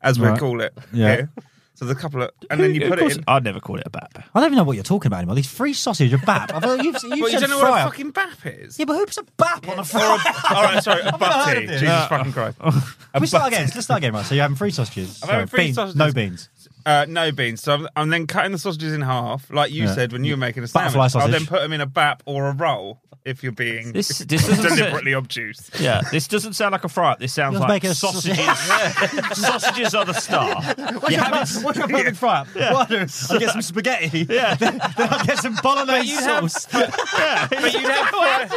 S5: as we
S3: Right.
S5: call it.
S3: Yeah.
S5: Here. So there's a couple of, and then you
S6: Of
S5: put
S6: course,
S5: it in.
S6: I'd never call it a bap.
S3: I don't even know what you're talking about anymore. These free sausage, a bap. I've, you've, you've
S5: Well, you
S3: said
S5: don't know
S3: fryer.
S5: what a fucking bap is.
S3: Yeah, but who puts a bap on a
S5: Or a,
S3: fry?
S5: all right,
S3: [LAUGHS]
S5: sorry, a
S3: heard
S5: butty.
S3: of this.
S5: Jesus fucking Christ.
S6: [LAUGHS]
S3: Can we start again? Let's start again, right? So you're having free sausages.
S5: I'm having
S3: Sorry,
S5: free
S3: beans-
S5: sausages.
S3: No beans.
S5: Uh, no beans. So I'm, I'm then cutting the sausages in half, like you
S3: Yeah.
S5: said when you were making a sandwich.
S3: Butterfly
S5: I'll
S3: sausage.
S5: then put them in a bap or a roll if you're being
S6: This- this doesn't sound-
S5: deliberately obtuse.
S3: [LAUGHS]
S6: Yeah, Uh, this doesn't sound like a fry up. This sounds
S3: Let's
S6: like
S3: make a
S6: sausages.
S3: sausage.
S6: sausages are the star.
S3: What's your, fri- what's your fucking fry up? What? I'll get some
S5: [LAUGHS]
S3: spaghetti. Yeah. then I'll get some bolognese sauce.
S5: But you'd have five.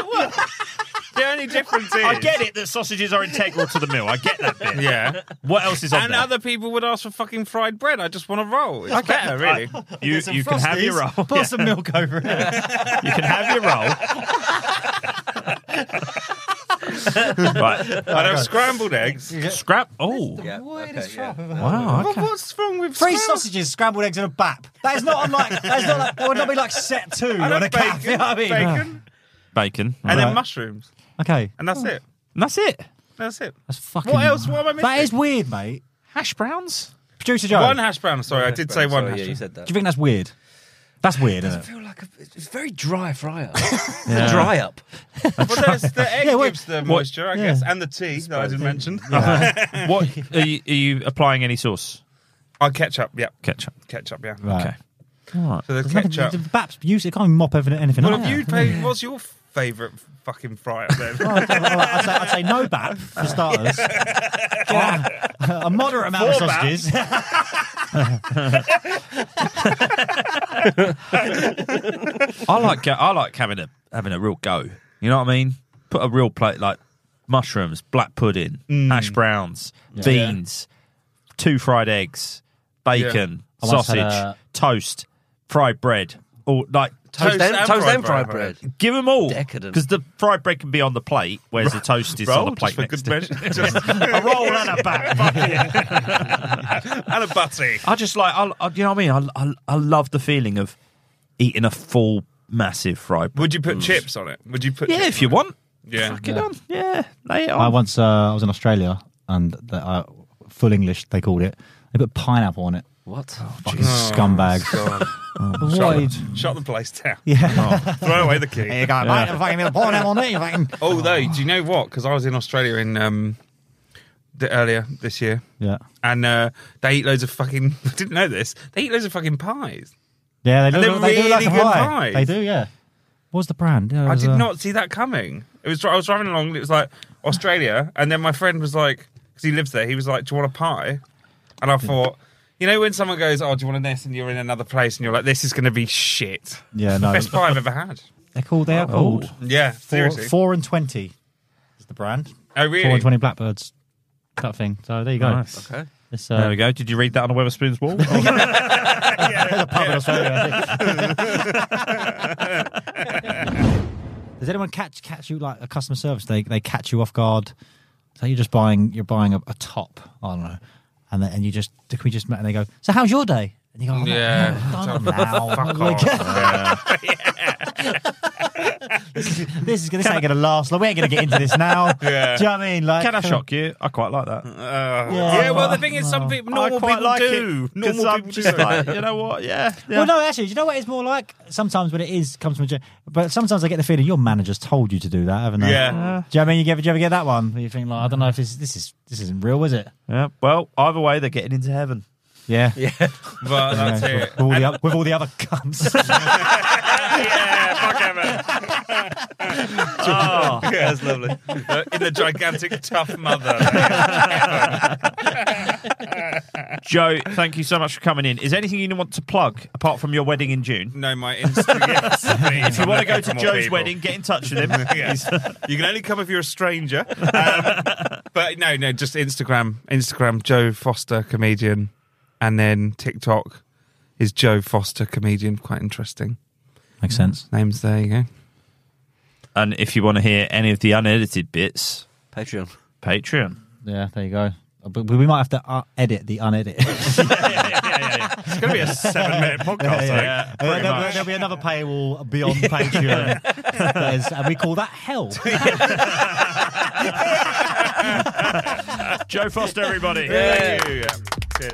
S5: [LAUGHS] the only difference is.
S6: I get it that sausages are integral to the meal. I get that bit.
S5: Yeah.
S6: What else is on
S5: And
S6: there?
S5: other people would ask for fucking fried bread. I just want a roll. It's better, really.
S6: you
S3: Some
S6: you can have your
S3: Frosties,
S6: roll.
S3: Pour
S6: Yeah.
S3: some milk over it. [LAUGHS]
S6: You can have your roll. right.
S5: I'd have
S3: [LAUGHS]
S5: scrambled eggs.
S6: Scrap. Oh.
S8: Yeah, okay, yeah.
S6: Wow.
S5: What- what's wrong with
S3: Free
S5: scrambled-
S3: sausages, scrambled eggs, and a bap. That is not unlike. That is not. Like, that would not be like set two
S5: I'd
S3: on a
S5: have
S3: cap. You
S5: bacon,
S3: know what I mean?
S5: bacon
S6: Bacon.
S5: and
S6: Right.
S5: then mushrooms.
S3: Okay.
S5: And that's it.
S6: And that's it.
S5: That's it.
S3: Oh. That's fucking.
S5: What else? What am I missing?
S3: That is weird, mate.
S6: Hash browns.
S3: Producer Joe.
S5: One hash brown. Sorry, I did say one
S6: Oh,
S8: Sorry,
S5: hash
S8: yeah,
S5: brown.
S8: you said that.
S3: Do you think that's weird? That's weird, isn't
S8: I
S3: it?
S8: feel like a, it's very dry fry up. Dry up.
S5: [LAUGHS] Well, there's the egg
S3: Yeah, what-
S5: gives the
S3: what-
S5: moisture, I
S3: yeah.
S5: guess, and the tea that I didn't mention.
S6: What are you, are you applying any sauce?
S5: [LAUGHS] Oh, ketchup. Yeah,
S6: ketchup.
S5: Ketchup. Yeah.
S3: Right.
S6: Okay. All right.
S5: So the
S3: There's nothing-
S5: ketchup.
S3: the Baps use it. Can't even mop everything, anything
S5: Well,
S3: up.
S5: have you paid, what's your favourite fucking fry up then? [LAUGHS]
S3: Well, I'd, I'd say, I'd say no bap for starters. Oh, [LAUGHS] a moderate amount
S5: Four
S3: of
S5: bap. [LAUGHS]
S3: sausages.
S6: I like I like having a having a real go. You know what I mean? Put a real plate like mushrooms, black pudding,
S5: Mm.
S6: hash browns,
S3: Yeah.
S6: beans, two fried eggs, bacon,
S3: I once had
S6: sausage,
S3: a-
S6: toast, fried bread, all like
S8: Toast and- toast and fried
S5: [LAUGHS]
S8: bread.
S6: Give them all
S8: Decadent.
S6: because the fried bread can be on the plate, whereas the toast is
S5: Roll,
S6: on the plate
S5: just for
S6: next
S5: good
S6: to it.
S5: measure.
S6: [LAUGHS]
S5: Just-
S6: a roll and a back.
S5: and a butty.
S6: I just like, I, I, you know what I mean? I, I, I love the feeling of eating a full, massive fried bread.
S5: Would you put chips on it? Would you put?
S6: Yeah,
S5: chips
S6: if you
S5: on it?
S6: want.
S5: Yeah.
S6: Fuck it on. Yeah, lay it
S3: I
S6: on.
S3: once uh, I was in Australia and the, uh, full English they called it. They put pineapple on it.
S8: What?
S5: [LAUGHS]
S3: Fucking
S5: Oh,
S3: scumbag. [LAUGHS] Void.
S5: Shut the place down. [LAUGHS] Oh.
S3: Yeah.
S5: Throw away the key.
S3: go, mate. If I can get pineapple on it, you fucking.
S5: Although, do you know what? Because I was in Australia in um, the, earlier this year,
S3: Yeah.
S5: and uh, they eat loads of fucking. [LAUGHS] I didn't know this. They eat loads of fucking pies.
S3: Yeah, they
S5: And
S3: do.
S5: they're
S3: they do like
S5: really
S3: the
S5: good
S3: pie.
S5: pies.
S3: They do, yeah. What was the brand? Yeah, it
S5: I
S3: was,
S5: did
S3: uh,
S5: not see that coming. It was I was driving along. and It was like Australia, and then my friend was like, because he lives there, he was like, "Do you want a pie?" And I thought, you know, when someone goes, "Oh, do you want a this?" and you're in another place, and you're like, "This is going to be shit."
S3: Yeah, no.
S5: Best pie I've ever had.
S3: They're called. They are called.
S5: Yeah,
S3: Four,
S5: Oh, seriously.
S3: four and twenty is the brand.
S5: oh,
S3: Four
S5: really?
S3: and twenty blackbirds. That thing. So there you go.
S6: Nice.
S8: Okay.
S3: It's, uh,
S6: There we go. Did you read that on the Weatherspoons
S5: [LAUGHS]
S6: wall?
S3: There's a pub in Australia, I think. Does anyone catch catch you like a customer service? They they catch you off guard. So you're just buying you're buying a, a top, I don't know, and then, and you just can we just met and they go. So how's your day? And you go, oh,
S5: Yeah.
S3: no, done now.
S5: Fuck
S3: Like,
S5: off. Yeah.
S3: [LAUGHS] this is this ain't gonna last. Like, we ain't gonna get into this now.
S5: Yeah.
S3: Do you know what I mean? Like,
S6: Can I shock you? I quite like that.
S5: Uh, yeah, well, the
S3: Oh,
S5: thing is, some
S3: well,
S5: people, normal
S6: I quite
S5: people
S6: like
S5: do.
S6: it. 'cause
S5: Normal
S6: I'm
S5: people
S6: just
S5: do.
S6: like, you know what? Yeah. yeah.
S3: Well, no, actually, do you know what it's more like? Sometimes when it is comes from a, gen- but sometimes I get the feeling your manager's told you to do that, haven't they?
S5: Yeah.
S3: Do you know what I mean? You ever, do you ever get that one? Where you think like, I don't know if this this is this isn't real, is it?
S6: Yeah, well, either way, they're getting into
S5: [LAUGHS]
S6: heaven.
S3: Yeah. Yeah.
S5: But that's
S3: [LAUGHS]
S5: it.
S3: With all the, oth- with all the other cunts.
S5: yeah, fuck ever. oh, that's lovely. Uh, in the gigantic tough mother. [LAUGHS]
S6: Joe, thank you so much for coming in. Is there anything you want to plug apart from your wedding in June?
S5: no, my Instagram.
S6: If you want to go to Joe's wedding, get in touch with him.
S5: [LAUGHS]
S6: [LAUGHS] He's-
S5: You can only come if you're a stranger. Um, [LAUGHS] but no, no, just Instagram. Instagram, Joe Foster, comedian. And then TikTok is Joe Foster, comedian. Quite interesting.
S3: Makes sense.
S5: Names there, you go.
S6: And if you want to hear any of the unedited bits,
S8: Patreon.
S6: Patreon.
S3: Yeah. There you go. But we might have to uh, edit the unedit.
S5: It's going to be a
S6: [LAUGHS]
S5: seven minute podcast, I think.
S3: Uh, there'll, be- there'll be another paywall beyond Patreon, That is- and we call that hell.
S6: Joe Foster, everybody.
S5: Thank you. Yeah. Cheers.